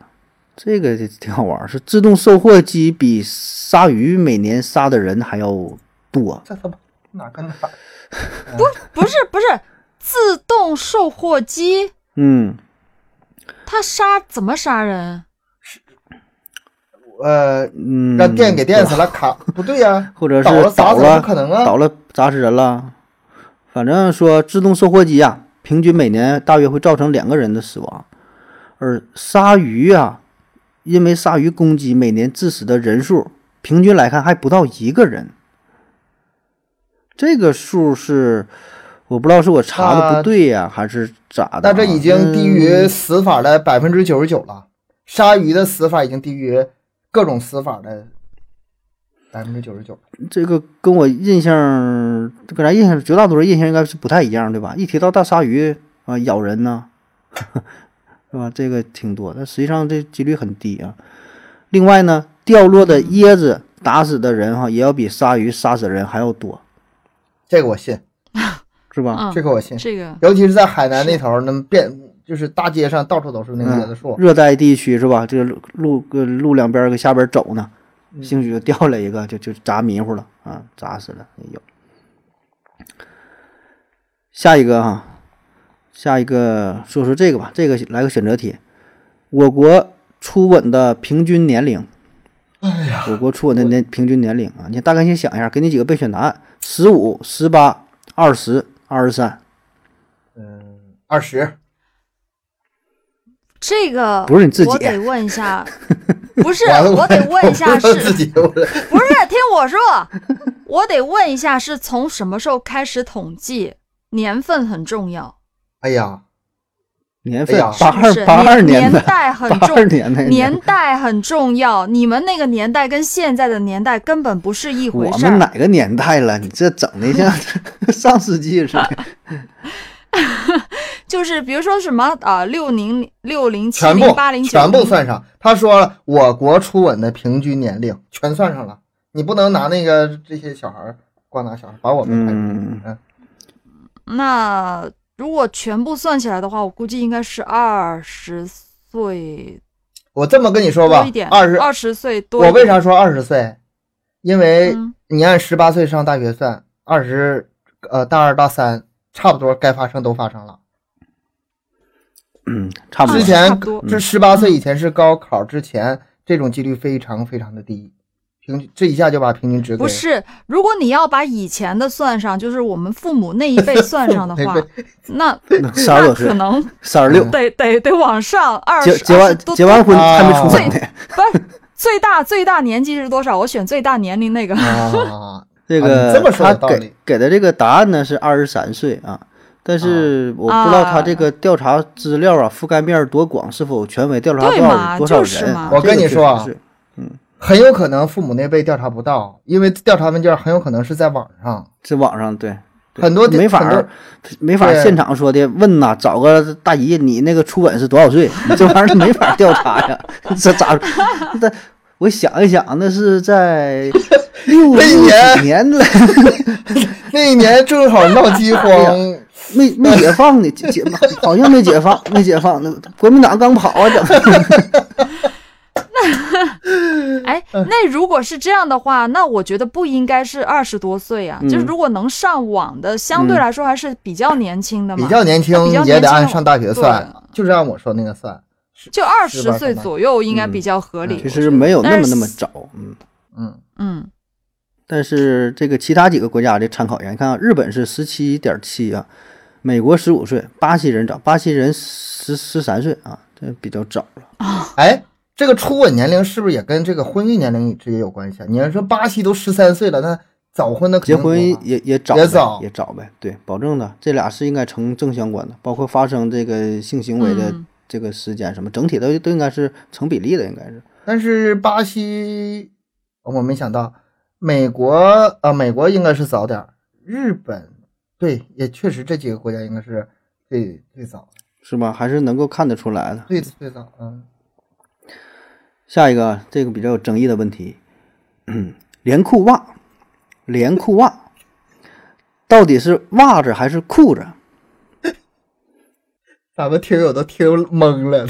A: 这个就挺好玩儿，是自动售货机比鲨鱼每年杀的人还要多。
B: 这他妈哪跟哪？
C: 不是不是，自动售货机
A: 嗯，
C: 它杀怎么杀人？
B: 呃，
A: 嗯
B: 让电给电死了，卡不对呀，
A: 或者是
B: 倒了
A: 倒
B: 砸死
A: 了
B: 不可能啊。
A: 倒了砸死人了。反正说自动售货机啊，平均每年大约会造成两个人的死亡，而鲨鱼啊，因为鲨鱼攻击每年致死的人数，平均来看还不到一个人。这个数是我不知道是我查的不
B: 那
A: 对呀、还是咋的啊、
B: 那这已经低于
A: 嗯
B: 死法的百分之九十九了。鲨鱼的死法已经低于各种死法的百分之九十九。
A: 这个跟我印象，跟咱印象绝大多数印象应该是不太一样，对吧？一提到大鲨鱼啊、咬人呐， 是吧？这个挺多，但实际上这几率很低啊。另外呢，掉落的椰子打死的人哈、也要比鲨鱼杀死的人还要多，
B: 这个我信，
A: 是吧？
C: 嗯
B: 啊这，个我信。
C: 这个
B: 尤其是在海南那头儿，那变就是大街上到处都是那个
C: 嗯
B: 椰子树，
A: 热带地区是吧？这个路路个路两边儿搁下边儿走呢，兴许就掉了一个， 就就砸迷糊了啊，砸死了也有。下一个哈、下一个说说这个吧，这个来个选择题，我国初吻的平均年龄。哎呀，我国初吻的年平均年龄啊，你大概先想一下，给你几个备选答案：十五、十八、二十、二十三。
B: 嗯，二十
C: 这个
A: 不是你自己
C: 我得问 一下，不是
B: 完了
C: 我得问一下
B: 我不知道自
C: 是。
B: 己，我
C: 不是，听我说，我得问一下，是从什么时候开始统计？年份很重要。
B: 哎呀，
A: 年
B: 哎
A: 份
B: 呀
A: 八
C: 是不
A: 二
C: 是
A: 八二
C: 年
A: 的，
C: 代很
A: 八
C: 重
A: 二年 那
C: 年代很重要，你们那个年代跟现在的年代根本不是一回
A: 我
C: 事
A: 们哪
C: 儿。
A: 个年代了？你这整的像 上世纪似的。
C: 就是比如说什么啊，六零六零七
B: 全
C: 零
B: 部
C: 八零九
B: 全部算上。他说了，我国初吻的平均年龄全算上了，你不能拿那个这些小孩儿光拿小孩儿把我们排除。
A: 嗯，
C: 那如果全部算起来的话，我估计应该是二十岁
B: 我这么跟你说
C: 多
B: 吧
C: 一点，，
B: 二十
C: 二十岁多
B: 我
C: 一点。
B: 为啥说二十岁？因为
C: 嗯
B: 你按十八岁上大学算，二十呃大二大三差不多该发生都发生了。
A: 嗯，差不
C: 啊
A: 多
B: 之。
C: 差
B: 前
C: 不多
B: 这十八岁以前是高考之前，这种几率非常非常的低，平均这一下就把平均值给
C: 不是，如果你要把以前的算上，就是我们父母那一辈算上的话，那
A: 三十
C: 那
A: 多岁
C: 可，能
A: 三十六，
C: 得得得往上二
A: 结
C: 十
A: 结完结完婚还没出门呢。
C: 不是最大最大年纪是多少？我选最大年龄那个。
B: 啊，
A: 这
B: 啊
A: 个
B: 你这么说
A: 他
B: 有道理
A: 给给的这个答案呢是二十三岁啊，但
C: 啊
A: 是我不知道他这个调查资料啊覆盖面多广，是否权威调查
C: 对
A: 多少
C: 嘛
A: 多少
C: 就是
A: 人
C: 嘛？
A: 这个
B: 我跟你
A: 确实
B: 说啊
A: 是
B: 很有可能父母那辈调查不到，因为调查问卷很有可能是在网上，
A: 这网上对对
B: 很多
A: 没法
B: 很多
A: 儿没法儿
B: 对
A: 现场说的问呐，找个大姨你那个初吻是多少岁？这玩意儿没法调查呀，这咋？这我想一想，那是 在六
B: 那一
A: 六
B: 年
A: 几年了，
B: 那一年正好闹 饥
C: 哎
B: 荒，
A: 没没解放呢，解解好像没解放，没解放，那国民党刚跑啊，怎么？
C: 哎，那如果是这样的话，那我觉得不应该是二十多岁啊，
A: 嗯
C: 就是如果能上网的，相对来说还是比较年轻的嘛，
B: 嗯
C: 啊
B: 比较年轻
C: 比较年轻
B: 也得按上大学算
C: 对，啊
B: 就是按我说那个算。
C: 就二十
B: 是吧
C: 岁
B: 可能
C: 左右应该比较合理。
A: 嗯其实没有那
C: 但
A: 么
C: 是
A: 那么早，嗯，
B: 嗯，
C: 嗯，
A: 但是这个其他几个国家的参考一下，你看、啊、日本是十七点七啊，美国十五岁，巴西人早，巴西人十十三岁啊，这比较早了。
B: 哎，这个初吻年龄是不是也跟这个婚育年龄直接有关系啊？你要说巴西都十三岁了，那早婚的肯
A: 结
B: 定多
A: 婚
B: 啊
A: 也也早
B: 也
A: 呗
B: 早
A: 也早呗，对，保证的，这俩是应该成正相关的，包括发生这个性行为的
C: 嗯
A: 这个时间什么，整体都都应该是成比例的，应该是。
B: 但是巴西，我没想到，美国呃，美国应该是早点儿，日本对，也确实这几个国家应该是最最早的，
A: 是吧？还是能够看得出来的。
B: 最最早，嗯，
A: 下一个啊，这个比较有争议的问题， 连裤袜，连裤袜，到底是袜子还是裤子？
B: 咱们听友都听懵了，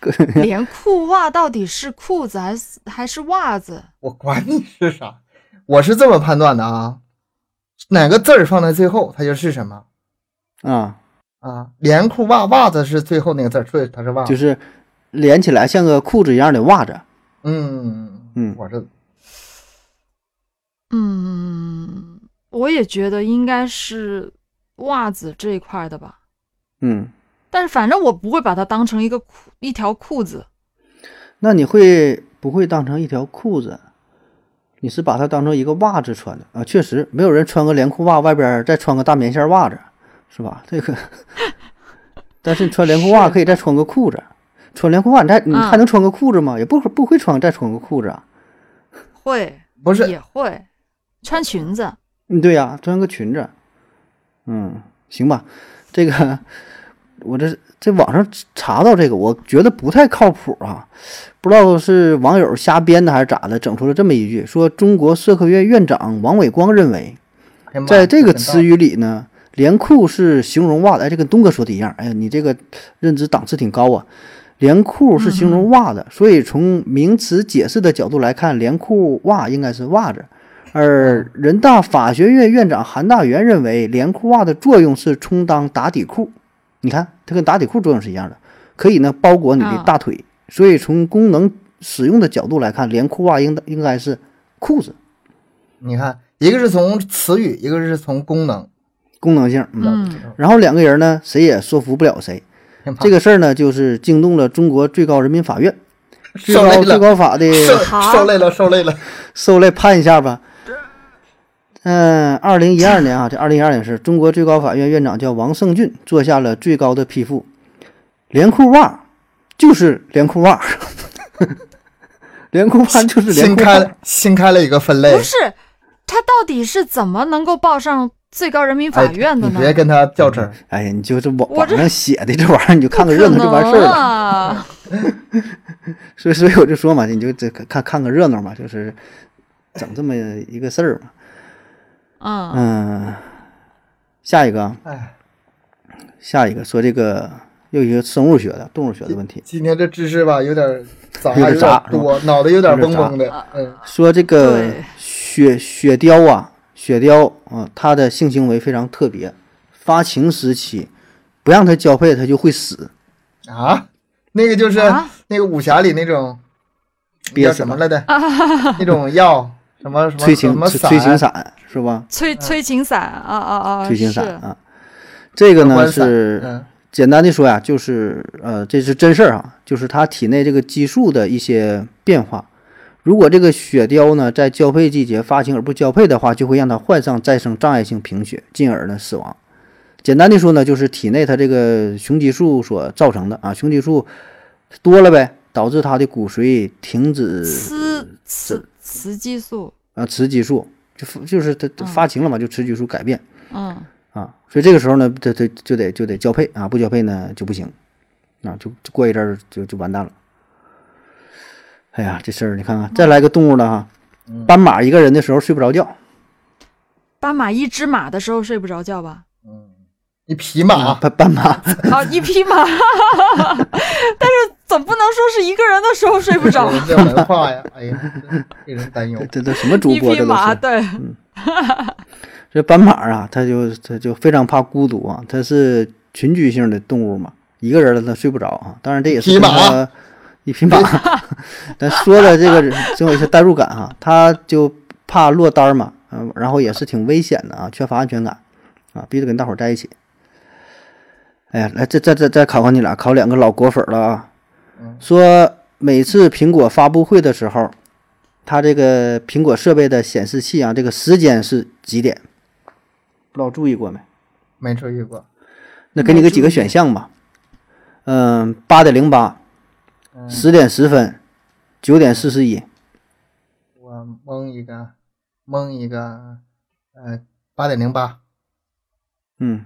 C: 连裤袜到底是裤子还是还是袜子？
B: 我管你是啥，我是这么判断的啊，哪个字儿放在最后，它就是什么
A: 啊，
B: 啊？连裤袜袜子是最后那个字儿，所以它是袜子，
A: 就是连起来像个裤子一样的袜子。
B: 嗯
A: 嗯
B: 我这
C: 嗯，我也觉得应该是袜子这一块的吧，
A: 嗯，
C: 但是反正我不会把它当成一个裤一条裤子。
A: 那你会不会当成一条裤子？你是把它当成一个袜子穿的啊？确实，没有人穿个连裤袜，外边再穿个大棉线袜子，是吧？ 这个，但是你穿连裤袜
C: 是
A: 可以再穿个裤子，穿连裤袜你再你
C: 嗯
A: 还能穿个裤子吗？也不不会穿再穿个裤子啊。
C: 会，
B: 不是
C: 也会穿裙子。
A: 嗯，对呀、穿个裙子。嗯，行吧，这个我这这网上查到这个，我觉得不太靠谱啊，不知道是网友瞎编的还是咋的，整出了这么一句，说中国社科院院长王伟光认为，
B: 哎呀妈
A: 在这个
B: 想到
A: 词语里呢，连裤是形容袜的。哎，这跟东哥说的一样。哎呀，你这个认知档次挺高啊。连裤是形容袜的，所以从名词解释的角度来看，连裤袜应该是袜子。而人大法学院院长韩大元认为，连裤袜的作用是充当打底裤。你看，它跟打底裤作用是一样的，可以呢包裹你的
C: 啊
A: 大腿。所以从功能使用的角度来看，连裤袜应当应该是裤子
B: 你看，一个是从词语，一个是从功能。
A: 功能性。嗯
C: 嗯，
A: 然后两个人呢，谁也说服不了谁。
B: 啊
A: 这个事儿呢，就是惊动了中国最高人民法院，最
B: 受累
A: 高最
B: 了，
A: 高法的
B: 受
C: 好
B: 受累了，受累了。
A: 受累判一下吧。嗯，二零一二年啊，这二零一二年是中国最高法院院长叫王胜俊做下了最高的批复，连裤袜就是连裤袜， 连裤袜就是连
B: 新
A: 裤
B: 开
A: 袜
B: 了。新开了一个分类
C: 不，是，他到底是怎么能够报上最高人民法
B: 哎
C: 院的
B: 你
C: 呢？
B: 别跟他较真儿，
A: 哎呀，你就是网
C: 我
A: 网
C: 这
A: 上写的这玩意儿，你就看
C: 不
A: 个
C: 可
A: 热闹就完事儿
C: 能
A: 了。
C: 啊！
A: 所以，所以我就说嘛，你就这个看看个热闹嘛，就是整这么一个事儿嘛。
C: 嗯，
A: 嗯，下一个啊，
B: 哎，
A: 下一个说这个又一个生物学的动物学的问题，
B: 今天这知识吧有点杂，
A: 有点
B: 有
A: 杂
B: 点多，脑袋有点嗡嗡
C: 有点
B: 的，嗯，
A: 说这个
C: 对
A: 雪雪貂啊，雪貂啊，它的性行为非常特别，发情时期不让它交配，它就会死，
B: 啊，那个就是、
C: 啊
B: 那个武侠里那种
A: 憋
B: 叫
A: 死
B: 什么
A: 了，
B: 来 着？那种药什么什么
A: 催情
B: 什么
A: 催催情
B: 散
A: 散是吧？
C: 催催情散啊啊啊！
A: 催情散
C: 是
A: 啊，这个
B: 关
A: 呢
B: 散
A: 是
B: 嗯
A: 简单的说呀，就是呃，这是真事儿啊，就是它体内这个激素的一些变化。如果这个雪貂呢在交配季节发情而不交配的话，就会让它患上再生障碍性贫血，进而呢死亡。简单的说呢，就是体内它这个雄激素所造成的啊，雄激素多了呗，导致它的骨髓停止
C: 雌雌雌激素，
A: 啊雌激素，就发就是它它
C: 嗯
A: 发情了嘛，就雌激素改变
C: 嗯
A: 啊，所以这个时候呢，它它就得就得交配啊，不交配呢就不行啊，就就过一阵儿就就完蛋了。哎呀，这事儿你看看，再来个动物的哈，斑马一个人的时候睡不着觉，
C: 斑马一只马的时候睡不着觉吧？
B: 你匹马，
A: 斑斑马
C: 啊，一匹马， 但是总不能说是一个人的时候 睡不
B: 我
C: 着。
B: 们这文化呀，哎呀，真给人担忧
A: 这。这都什 么主
C: 一
A: 播
C: 匹
A: 这都
C: 马，
A: 是。
C: 对，
A: 这斑马啊，它就它就非常怕孤独啊，它是群居性的动物嘛，一个人了它睡不着啊。当然这也是
B: 匹
A: 跟
B: 马
A: 它一匹马， 咱说的这个总有一些代入感哈、它就怕落单儿嘛，嗯，然后也是挺危险的啊，缺乏安全感啊，必须得跟大伙儿在一起。哎呀，来再再再再考考你俩，考两个老果粉儿了啊！
B: 嗯
A: 说每次苹果发布会的时候，它这个苹果设备的显示器啊，这个时间是几点？不知道注意过没？
B: 没注意过，
A: 那给你个
C: 没
A: 几个
C: 注意
A: 选项吧。嗯，八点零八，
C: 嗯
A: 十点十分，九点四十一。
B: 我蒙一个，蒙一个，呃，八点零八，
A: 嗯，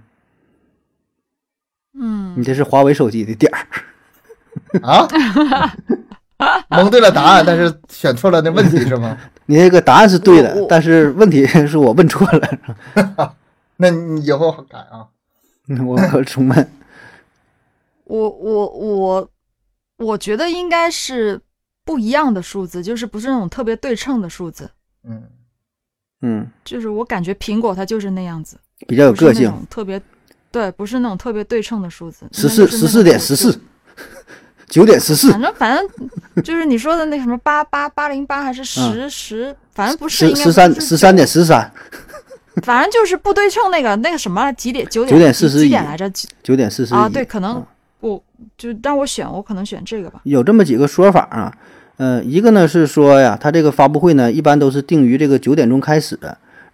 C: 嗯
A: 你，这是华为手机的点儿。
B: 啊，蒙对了答案，但是选错了那问题是吗？
A: 你这个答案是对
C: 我
A: 的
C: 我，
A: 但是问题是我问错了，
B: 那你以后改啊。
A: 嗯我我重问。
C: 我我我，我觉得应该是不一样的数字，就是不是那种特别对称的数字，
B: 嗯，
A: 嗯，
C: 就是我感觉苹果它就是那样子，
A: 比较有
C: 不是
A: 呃个
C: 那
A: 性。
C: 种特别，对，不是那种特别对称的数字，
A: 十四
C: 应该就是
A: 十
C: 那种
A: 四点
C: 就
A: 十四，九点十四
C: 反，正反正就是你说的那什么八八八零八还是十十，反正不是
A: 嗯十
C: 应该
A: 十三
C: 不是
A: 十三点十三，
C: 九，反正就是不对称那个那个什么几点九
A: 九点
C: 几
A: 41
C: 几点来着？几
A: 九点四十
C: 啊，
A: 一
C: 对，可能我就让我选，我可能选这个吧。
A: 有这么几个说法啊，呃，一个呢是说呀，它这个发布会呢一般都是定于这个九点钟开始，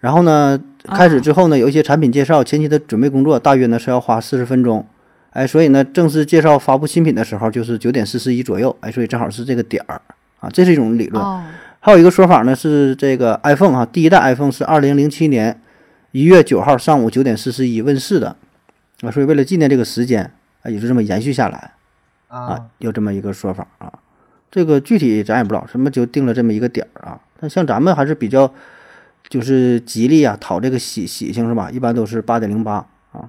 A: 然后呢开始之后呢有一些产品介绍，前期的准备工作大约呢是要花四十分钟，哎，所以呢正式介绍发布新品的时候就是九点四十一左右，哎，所以正好是这个点儿啊，这是一种理论。
C: 哦，
A: 还有一个说法呢是这个 iPhone 哈、第一代 iPhone 是二零零七年一月九号上午九点四十一问世的，啊，所以为了纪念这个时间，啊，也就这么延续下来。啊
B: 啊，，
A: 有这么一个说法啊。这个具体咱也不知道，什么就定了这么一个点儿啊。但像咱们还是比较就是吉利啊，讨这个喜喜庆是吧？一般都是八点零八啊。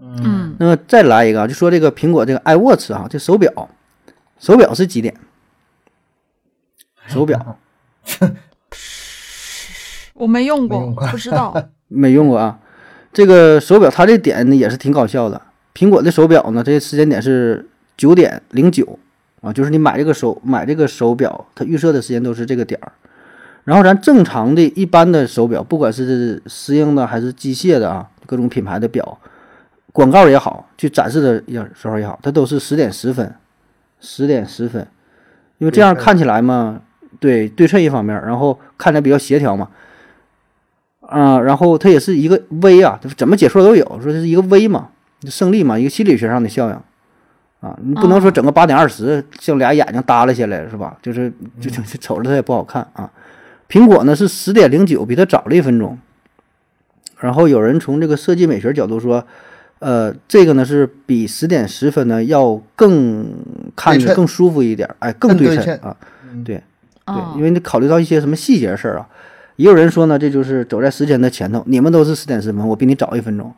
B: 嗯，
C: 嗯，
A: 那么再来一个啊，就说这个苹果这个 iWatch 啊，这手表，手表是几点？手
B: 哎
A: 表
C: 我没用过，
B: 没用过
C: 不 知道。
A: 没用过啊。这个手表它这点呢也是挺搞笑的。苹果的手表呢，这时间点是九点零九啊，就是你买这个手买这个手表，它预设的时间都是这个点儿。然后咱正常的一般的手表，不管是石英的还是机械的啊，各种品牌的表，广告也好，去展示的也时候也好，它都是十点十分，十点十分，因为这样
B: 对
A: 看起来嘛，对对称一方面，然后看着比较协调嘛。啊、然后它也是一个 V 啊，就是怎么解说都有，说这是一个 V 嘛，胜利嘛，一个心理学上的效应啊，你不能说整个八点二十像俩眼睛耷拉下来是吧？就是就就就瞅着它也不好看啊。苹果呢是十点零九，比它早了一分钟。然后有人从这个设计美学角度说，呃，这个呢是比十点十分呢要更看
B: 对
A: 着
B: 称
A: 更舒服一点，哎，更
B: 更对
A: 对称
B: 称
A: 啊。
B: 嗯
A: 对，
C: 嗯
A: 对，因为你考虑到一些什么细节事儿啊。也有人说呢，这就是走在时间的前头，你们都是十点十分，我比你早一分钟，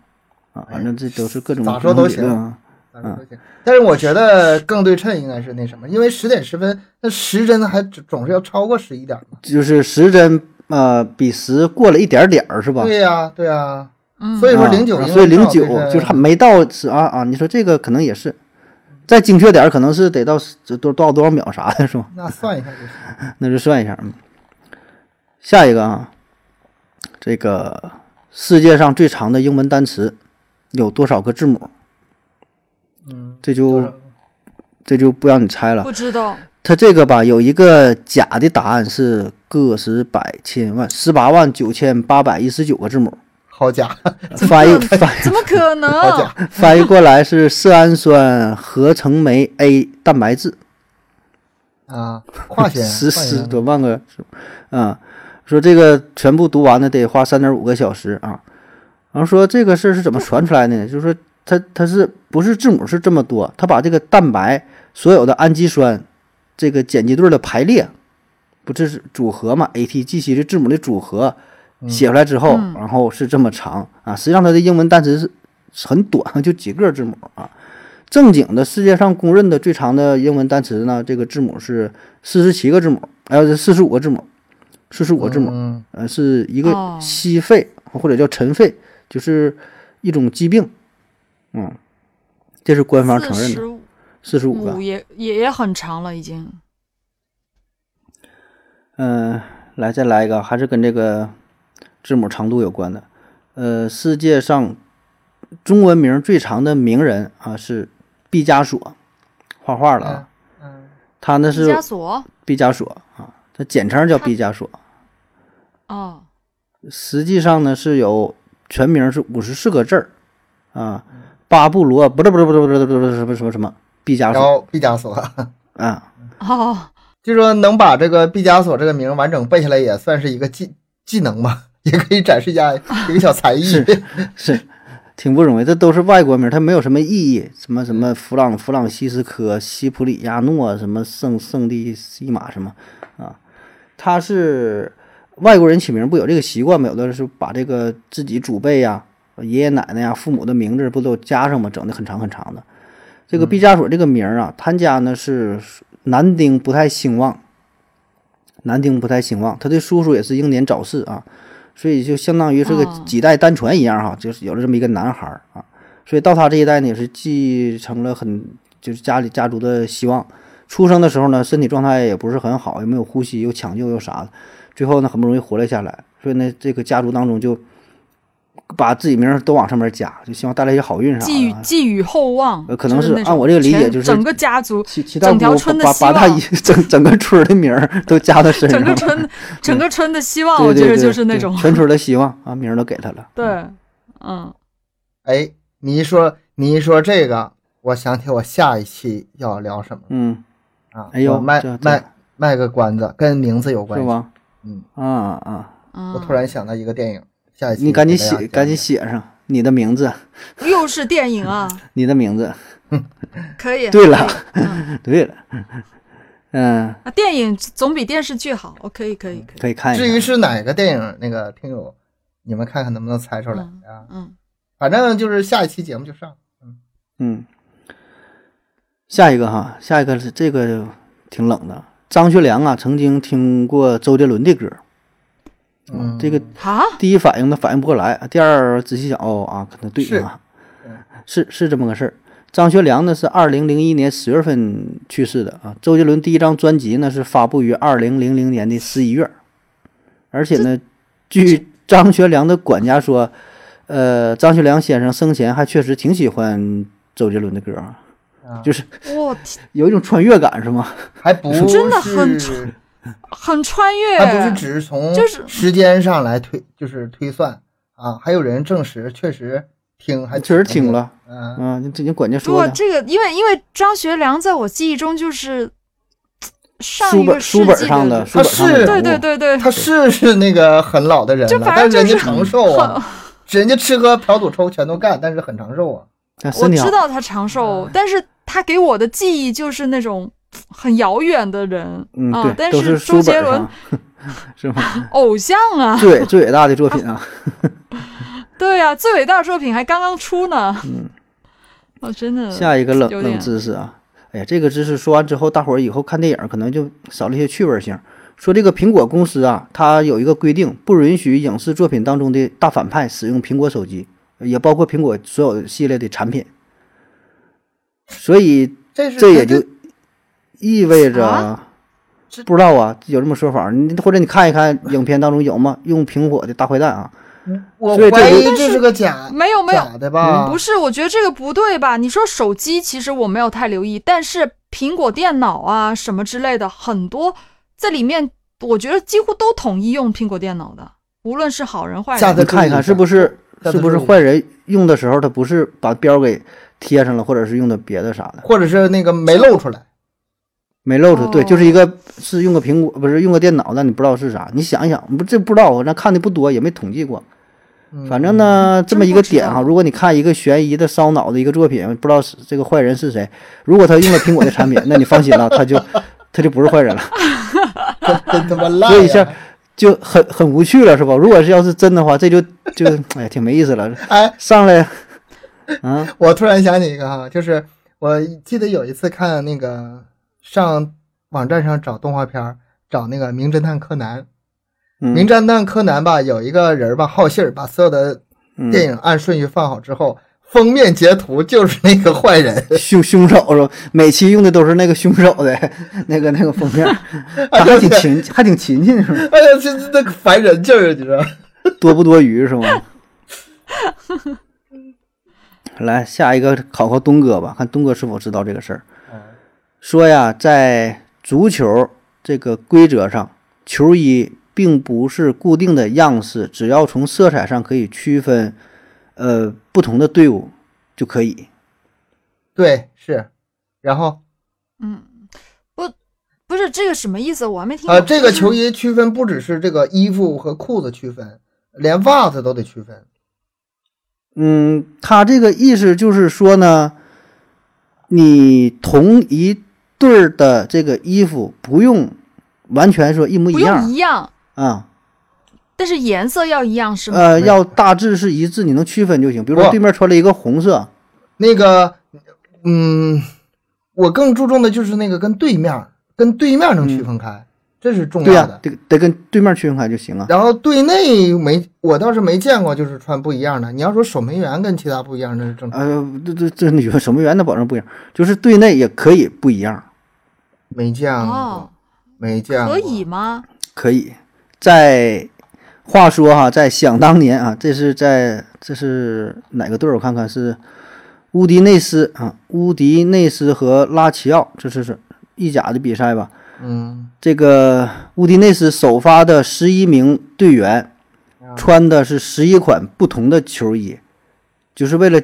A: 啊，反正这都是各种
B: 哎咋
A: 不
B: 说
A: 同
B: 都
A: 理
B: 行
A: 论啊。
B: 咱们都行但是我觉得更对称应该是那什么，因为十点十分，那时针还总总是要超过十一点嘛。
A: 就是时针呃比时过了一点点儿是吧？
B: 对呀、对呀、
C: 嗯
B: 所以说
A: 啊
B: 零九、
A: 啊所以零九就是还
B: 很
A: 没到时啊啊，你说这个可能也是，再精确点儿可能是得到十多多少多少秒啥的是吧？
B: 那算一下就行。
A: 那就算一下。嗯，下一个啊，这个世界上最长的英文单词有多少个字母？
B: 嗯，
A: 这
B: 多
A: 就
B: 少
A: 这就不让你猜了
C: 不。知道
A: 它这个吧，有一个假的答案是个十百千万十八万九千八百一十九个字母，
B: 好家伙，
A: 翻译翻
C: 怎么可
B: 好家
C: 能？
B: 伙，
A: 翻译过来是色氨酸合成酶 A 蛋白质，
B: 啊，化学
A: 十
B: 化学
A: 十多万个字母，啊、说这个全部读完呢得花三点五个小时啊，然后说这个事儿是怎么传出来的呢？就是说它它是不是字母是这么多，它把这个蛋白所有的氨基酸这个碱基对儿的排列，不这是组合嘛？ATGC 这字母的组合写出来之后，然后是这么长啊，实际上它的英文单词是很短， 就几个字母啊。正经的世界上公认的最长的英文单词呢，这个字母是四十七个字母，还有四十五个字母，四十五个字母，
B: 嗯，
A: 呃，是一
C: 哦
A: 个西肺或者叫尘肺，就是一种疾病，嗯，这是官方承
C: 四
A: 认的
C: 十五
A: 四十五个，
C: 也也也很长了，已经。
A: 嗯，来再来一个，还是跟这个字母长度有关的。呃，世界上中文名最长的名人啊是毕加索，画画了啊，
B: 嗯，
A: 他那
C: 毕
A: 是
C: 加索
A: 毕加索啊，他简称叫毕加索。
C: 哦，
A: 实际上呢是有全名是五十四个字儿啊，巴布罗不是不是不是不是不是不是什么什么什么毕加
B: 然
A: 索
B: 后毕加索，
A: 啊，
C: 哦，
B: 就说能把这个毕加索这个名完整背下来，也算是一个技技能吧，也可以展示一下一个小才艺。
A: 是 是挺不容易，这都是外国名，它没有什么意义。什么什么弗朗弗朗西斯科、西普里亚诺，什么圣圣地西马什么啊，他是外国人起名不有这个习惯吗？有的是把这个自己祖辈呀、爷爷奶奶呀、父母的名字不都加上吗？整的很长很长的。这个毕加索这个名儿啊，他家呢是男丁不太兴旺，男丁不太兴旺，他的叔叔也是英年早逝啊，所以就相当于是个
C: 哦
A: 几代单传一样哈、就是有了这么一个男孩儿啊，所以到他这一代呢也是继承了很就是家里家族的希望。出生的时候呢，身体状态也不是很好，也没有呼吸，又抢救又啥的，最后呢很不容易活了下来。所以呢，这个家族当中就把自己名儿都往上面加，就希望带来一些好运啥
C: 寄予
A: 的啊。
C: 寄予厚望
A: 呃，可能
C: 就是那种
A: 按我这个理解
C: 全
A: 就是
C: 整个 家族、
A: 七七大
C: 整条
A: 姑
C: 村的
A: 把
C: 希
A: 把他
C: 望
A: 一整 整个村儿的名儿都加到身上
C: 整个
A: 了，
C: 村、整个村的希望，
A: 对
C: 我觉
A: 对
C: 得
A: 对，
C: 就是那
A: 对
C: 种
A: 全村儿的希望啊，名儿都给他了。
C: 对，嗯，
B: 哎，你一说你一说这个，我想起我下一期要聊什么
A: 嗯，
B: 了啊？
A: 哎呦
B: 我卖
A: 这这
B: 卖卖个关子，跟名字有关
A: 是
B: 系。
A: 吧？
B: 嗯，
A: 啊啊，
C: 嗯
B: 我突然想到一个电影，下一期
A: 你赶紧
B: 给大家讲
A: 写，
B: 一
A: 赶紧
B: 讲。
A: 写上你的名字，
C: 又是电影啊，
A: 你的名字。
C: 可以。
A: 对了
C: 可以， 嗯
A: 对了，嗯，
C: 啊，电影总比电视剧好，我可以，可以，可以。
A: 可以看
B: 至
A: 一
B: 于
A: 下。
B: 是哪个电影，那个听友，你们看看能不能猜出来
C: 嗯
B: 啊？
C: 嗯，
B: 反正就是下一期节目就上。
A: 嗯，下一个哈，下一个是这个挺冷的。张学良啊，曾经听过周杰伦的歌，
B: 嗯，
A: 这个
C: 啊，
A: 第一反应呢反应不过来，第二仔细想哦啊，可能对啊，是是这么个事儿。张学良呢是二零零一年十月份去世的啊，周杰伦第一张专辑呢是发布于二零零零年的十一月，而且呢，据张学良的管家说，呃，张学良先生生前还确实挺喜欢周杰伦的歌啊，
B: 啊
A: 就是
C: 我天
A: 有一种穿越感是吗？
B: 还不
C: 真的很
B: 是
C: 很穿越，
B: 还不是只是从
C: 就是
B: 时间上来推就是推算啊，还有人证实确实听还
A: 确实听了，
B: 嗯，
A: 啊，你这你管家
C: 如
A: 说
C: 果
A: 的，
C: 这个，因为因为张学良在我记忆中就是上
A: 书
C: 一个
A: 本
C: 世
A: 书本
C: 纪
A: 上
C: 的
A: 的，书本上的
B: 是
A: 人
C: 对
A: 物
C: 对对对，
B: 他是是那个很老的人
C: 就
B: 了，
C: 反
B: 但
C: 正
B: 人
C: 就
B: 家
C: 是
B: 长寿
C: 很
B: 啊，人家吃喝嫖赌抽全都干，但是很长寿啊。
A: 但
C: 我
A: 身体好
C: 知，道他长寿
B: 嗯，
C: 但是他给我的记忆就是那种很遥远的人
A: 嗯，
C: 啊
A: 对，，
C: 但
A: 都是
C: 周
A: 书
C: 杰
A: 本
C: 伦
A: 上， 是吗？
C: 偶像啊，
A: 最伟最伟大的作品啊，
C: 对呀、最伟大的作品还刚刚出呢，哦，真的，
A: 嗯下一个冷
C: 有点
A: 冷知识啊，哎呀，这个知识说完之后，大伙儿以后看电影可能就少了一些趣味性。说这个苹果公司啊，它有一个规定，不允许影视作品当中的大反派使用苹果手机，也包括苹果所有系列的产品。所以
B: 这是
A: 这也就意味着、
C: 啊
B: 这
A: 不知道啊，有这么说法儿，你或者你看一看影片当中有吗？用苹果的大坏蛋啊，
B: 我
A: 所以这
B: 怀疑
A: 就
B: 这是个假
C: 没有没有，
B: 假的
A: 啊
B: 吧？
C: 不是，我觉得这个不对吧？你说手机，其实我没有太留意，但是苹果电脑啊什么之类的，很多这里面，我觉得几乎都统一用苹果电脑的，无论是好人坏
B: 下
C: 人。
B: 次
A: 你看一看是不是
B: 下次
A: 是不是
B: 注意
A: 坏人用的时候，他不是把标给贴上了，或者是用的别的啥的。
B: 或者是那个没露出来，
A: 没露出，对，
C: 哦
A: 就是一个是用个苹果，不是用个电脑，但你不知道是啥。你想一想，不这不知道，咱看的不多，也没统计过。
B: 嗯
A: 反正呢，这么一个点
C: 真不
A: 哈，
C: 知道
A: 如果你看一个悬疑的烧脑的一个作品，不知道是这个坏人是谁，如果他用了苹果的产品，那 你放心了，他就他就不是坏人了，
B: 真真他妈烂
A: 所以一下
B: 呀！
A: 就很很无趣了，是吧？如果是要是真的话，这就就哎呀挺没意思了。
B: 哎，
A: 上来，啊，
B: 我突然想起一个哈，就是我记得有一次看那个上网站上找动画片儿，找那个《名侦探柯南》。《名
A: 嗯
B: 侦探柯南》吧，有一个人吧好信儿，把所有的
A: 嗯，
B: 电影按顺序放好之后，封面截图就是那个坏人，
A: 凶凶手是吧？每期用的都是那个凶手的那个那个封面，他还挺勤，还挺勤勤是吧？
B: 哎呀，这这这烦人劲儿，你知道？
A: 多不多余是吗？来下一个考考东哥吧，看东哥是否知道这个事儿。说呀，在足球这个规则上，球衣并不是固定的样式，只要从色彩上可以区分，呃，不同的队伍就可以。
B: 对，是。然后
C: 嗯，不，不是这个什么意思？我还没听
A: 啊
B: 呃，
C: 懂
B: 这个球衣区分不只是这个衣服和裤子区分，连袜子都得区分。
A: 嗯，他这个意思就是说呢，你同一对儿的这个衣服不用完全说一模一
C: 不
A: 样
C: 用
A: 儿
C: 一样，
A: 啊、
C: 但是颜色要一样是吗？
A: 呃，要大致是一致，你能区分就行。比如
B: 不
A: 说对面穿了一个红色，
B: 那个，嗯，我更注重的就是那个跟对面儿，跟对面儿能区分开，这是重
A: 嗯对呀、
B: 要的。
A: 得得跟对面区分开就行啊。
B: 然后队内没，我倒是没见过，就是穿不一样的。你要说守门员跟其他不一样，那是正常，
A: 呃，这这这你说守门员的保证不一样，就是队内也可以不一样，
B: 没见过，
C: 哦，
B: 没见过。
C: 可以吗？
A: 可以。在话说哈，在想当年啊，这是在这是哪个队儿？我看看是乌迪内斯啊，乌迪内斯和拉齐奥，这是是意甲的比赛吧？
B: 嗯，
A: 这个乌迪内斯首发的十一名队员
B: 啊
A: 穿的是十一款不同的球衣，就是为了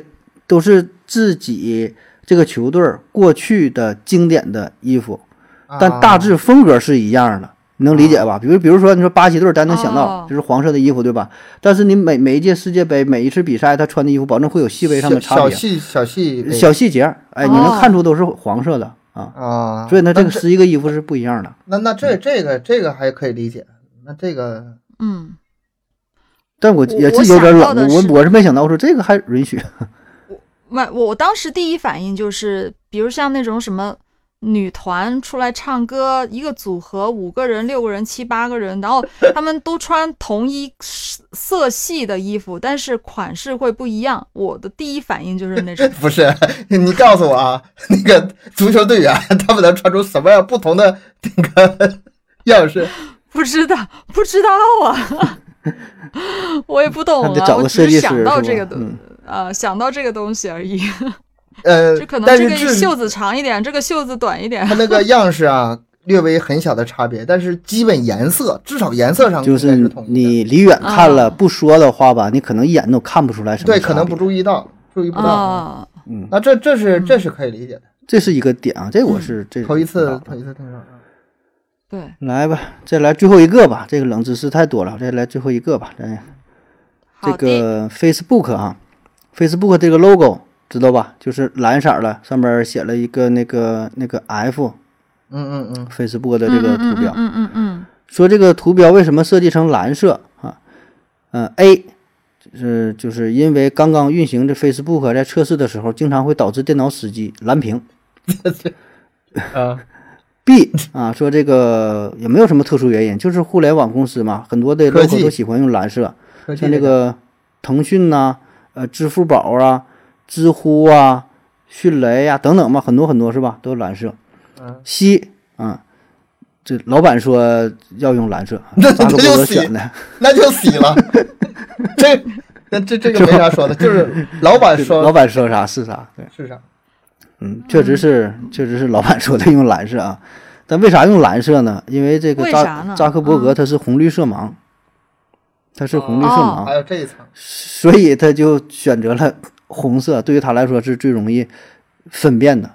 A: 都是自己这个球队儿过去的经典的衣服，
B: 啊
A: 但大致风格是一样的，你能理解吧？比如比如说你说巴西队儿，咱能想到
C: 哦
A: 就是黄色的衣服，对吧？但是你每每一届世界杯每一次比赛，他穿的衣服保证会有细微上的
B: 小
A: 差
B: 小
A: 别，
B: 细小细
A: 小细节儿，哎，你能
C: 哦
A: 看出都是黄色的啊。
B: 啊，
A: 所以呢，嗯这
B: 那
A: 个十一个衣服是不一样的。
B: 那那这这个这个还可以理解，那这个，
C: 嗯。
A: 但我
C: 我
A: 也
C: 我
A: 是有点
C: 想到
A: 冷
C: 的，
A: 我
C: 是
A: 我是没想到，我说这个还允许，
C: 我我当时第一反应就是，比如像那种什么女团出来唱歌，一个组合五个人、六个人、七八个人，然后他们都穿同一色色系的衣服，但是款式会不一样。我的第一反应就是 那种
B: 不是你告诉我啊， 那个足球队员 他们能穿出什么样不同的那个 样式？
C: 不知道，不知道啊， 我也不懂
A: 还
C: 啊
A: 得，找
C: 我
A: 个
C: 只
A: 设
C: 是
A: 计师
C: 想
A: 是
C: 到
A: 吧？
C: 这个东。
A: 嗯，
C: 呃，想到这个东西而已，
B: 呃
C: 就可，能
B: 但是
C: 这个
B: 至
C: 袖子长一点，这个袖子短一点。
B: 他那个样式啊， 略微很小的差别，但是基本颜色至少颜色上
A: 就
B: 应该
A: 是
B: 统一的
A: 你离远看了
C: 啊
A: 不说的话吧，你可能一眼都看不出来什么
B: 对
A: 差别。
B: 可能不注意到，注意不到。
C: 啊，
A: 嗯，
B: 那这这是这是可以理解的，
A: 这是一个点啊，这
C: 嗯
A: 我是这
B: 头一次
A: 啊
B: 头一次听说。嗯
C: 对，
A: 来吧，再来最后一个吧，这个冷知识太多了，再来最后一个吧，咱这
C: 好的，
A: 个 Facebook 啊，Facebook 这个 logo 知道吧？就是蓝色儿的，上面写了一个那个那个 F
B: 嗯嗯嗯，
A: Facebook 的
C: 嗯
A: 这个图标。
C: 嗯嗯嗯嗯
A: 说这个图标为什么设计成蓝色啊？嗯、a 是就是因为刚刚运行的 Facebook 在测试的时候，经常会导致电脑死机蓝屏。
B: 啊，
A: B 啊，说这个也没有什么特殊原因，就是互联网公司嘛，很多的
B: 科技
A: logo 都喜欢用蓝色。
B: 科技
A: 像这个腾讯呐、呃，支付宝啊、知乎啊、迅雷呀、等等吧，很多很多是吧？都是蓝色。
B: 嗯
A: C 啊，这老板说要用蓝色，
B: 那
A: 扎克
B: 那就
A: 伯格
B: C
A: 选的，
B: 那就洗了， 这那这这个没啥说的，就是老板
A: 老
B: 呃说
A: 板说啥是啥。对，
B: 是啥？
A: 嗯，确实是，确实是老板说的用蓝色啊。 但为啥用蓝色呢？因为这个
C: 为啥
A: 扎
C: 呢嗯
A: 扎克伯格他是红绿色盲，他是红绿色
C: 哦
A: 盲，
B: 还有这一层，
A: 所以他就选择了红色，对于他来说是最容易分辨的。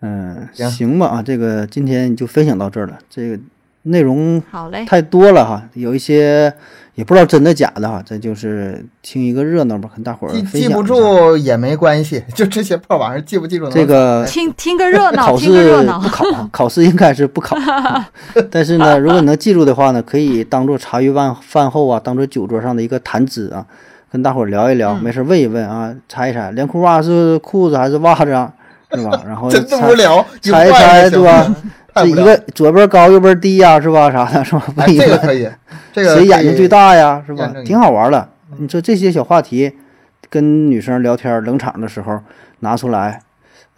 A: 嗯，
B: 行
A: 行吧啊，这个今天就分享到这儿了。这个内容
C: 好嘞，
A: 太多了哈，有一些也不知道真的假的哈，这就是听一个热闹吧，跟大伙儿
B: 记
A: 分享一
B: 记
A: 下
B: 不。住也没关系， 就这些破玩意儿记不记住能
A: 这个
C: 听听个热闹，
A: 考
C: 听个热
A: 试
C: 闹
A: 不，考，啊 考试应该是不考。啊 但是呢，如果你能记住的话呢，可以当做茶余饭饭后啊，当做酒桌上的一个谈资啊，跟大伙儿聊一聊，没事儿问一问啊，猜一猜，连裤袜是裤子还是袜子啊，是吧？然 后
B: 真的
A: 猜
B: 无聊，有
A: 猜一
B: 怪
A: 猜，
B: 就行
A: 对吧？
B: 太
A: 这
B: 无
A: 一
B: 聊。
A: 个左边高右边低呀、是吧？啥的，是吧？
B: 哎，
A: 问一
B: 这个
A: 问，
B: 可以，这个
A: 谁
B: 可
A: 眼睛
B: 以
A: 最？大呀，是吧
B: 验证？一下
A: 挺好玩的。
B: 嗯
A: 你说这些小话题，跟女生聊天冷场的时候拿出来，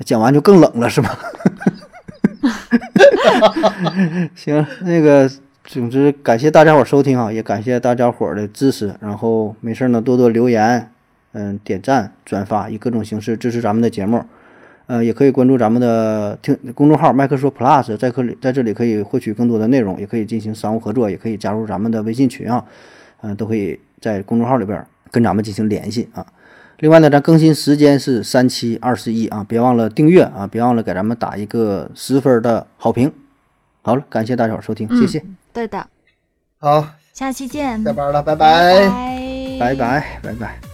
A: 讲完就更冷了，是吧？ 行，那个，总之感谢大家伙儿收听啊，也感谢大家伙儿的支持。然后没事儿呢，多多留言，嗯，点赞、转发，以各种形式支持咱们的节目。呃，也可以关注咱们的听公众号“麦克说 Plus”，在这里在这里可以获取更多的内容，也可以进行商务合作，也可以加入咱们的微信群啊，嗯、都可以在公众号里边儿跟咱们进行联系啊。另外呢，咱更新时间是三七二十一啊，别忘了订阅啊，别忘了给咱们打一个十分的好评。好了，感谢大家伙儿收听，谢谢，
C: 对的，
B: 好，
C: 下期见，
B: 下班了，拜
C: 拜
B: 拜。
A: 拜拜，拜拜。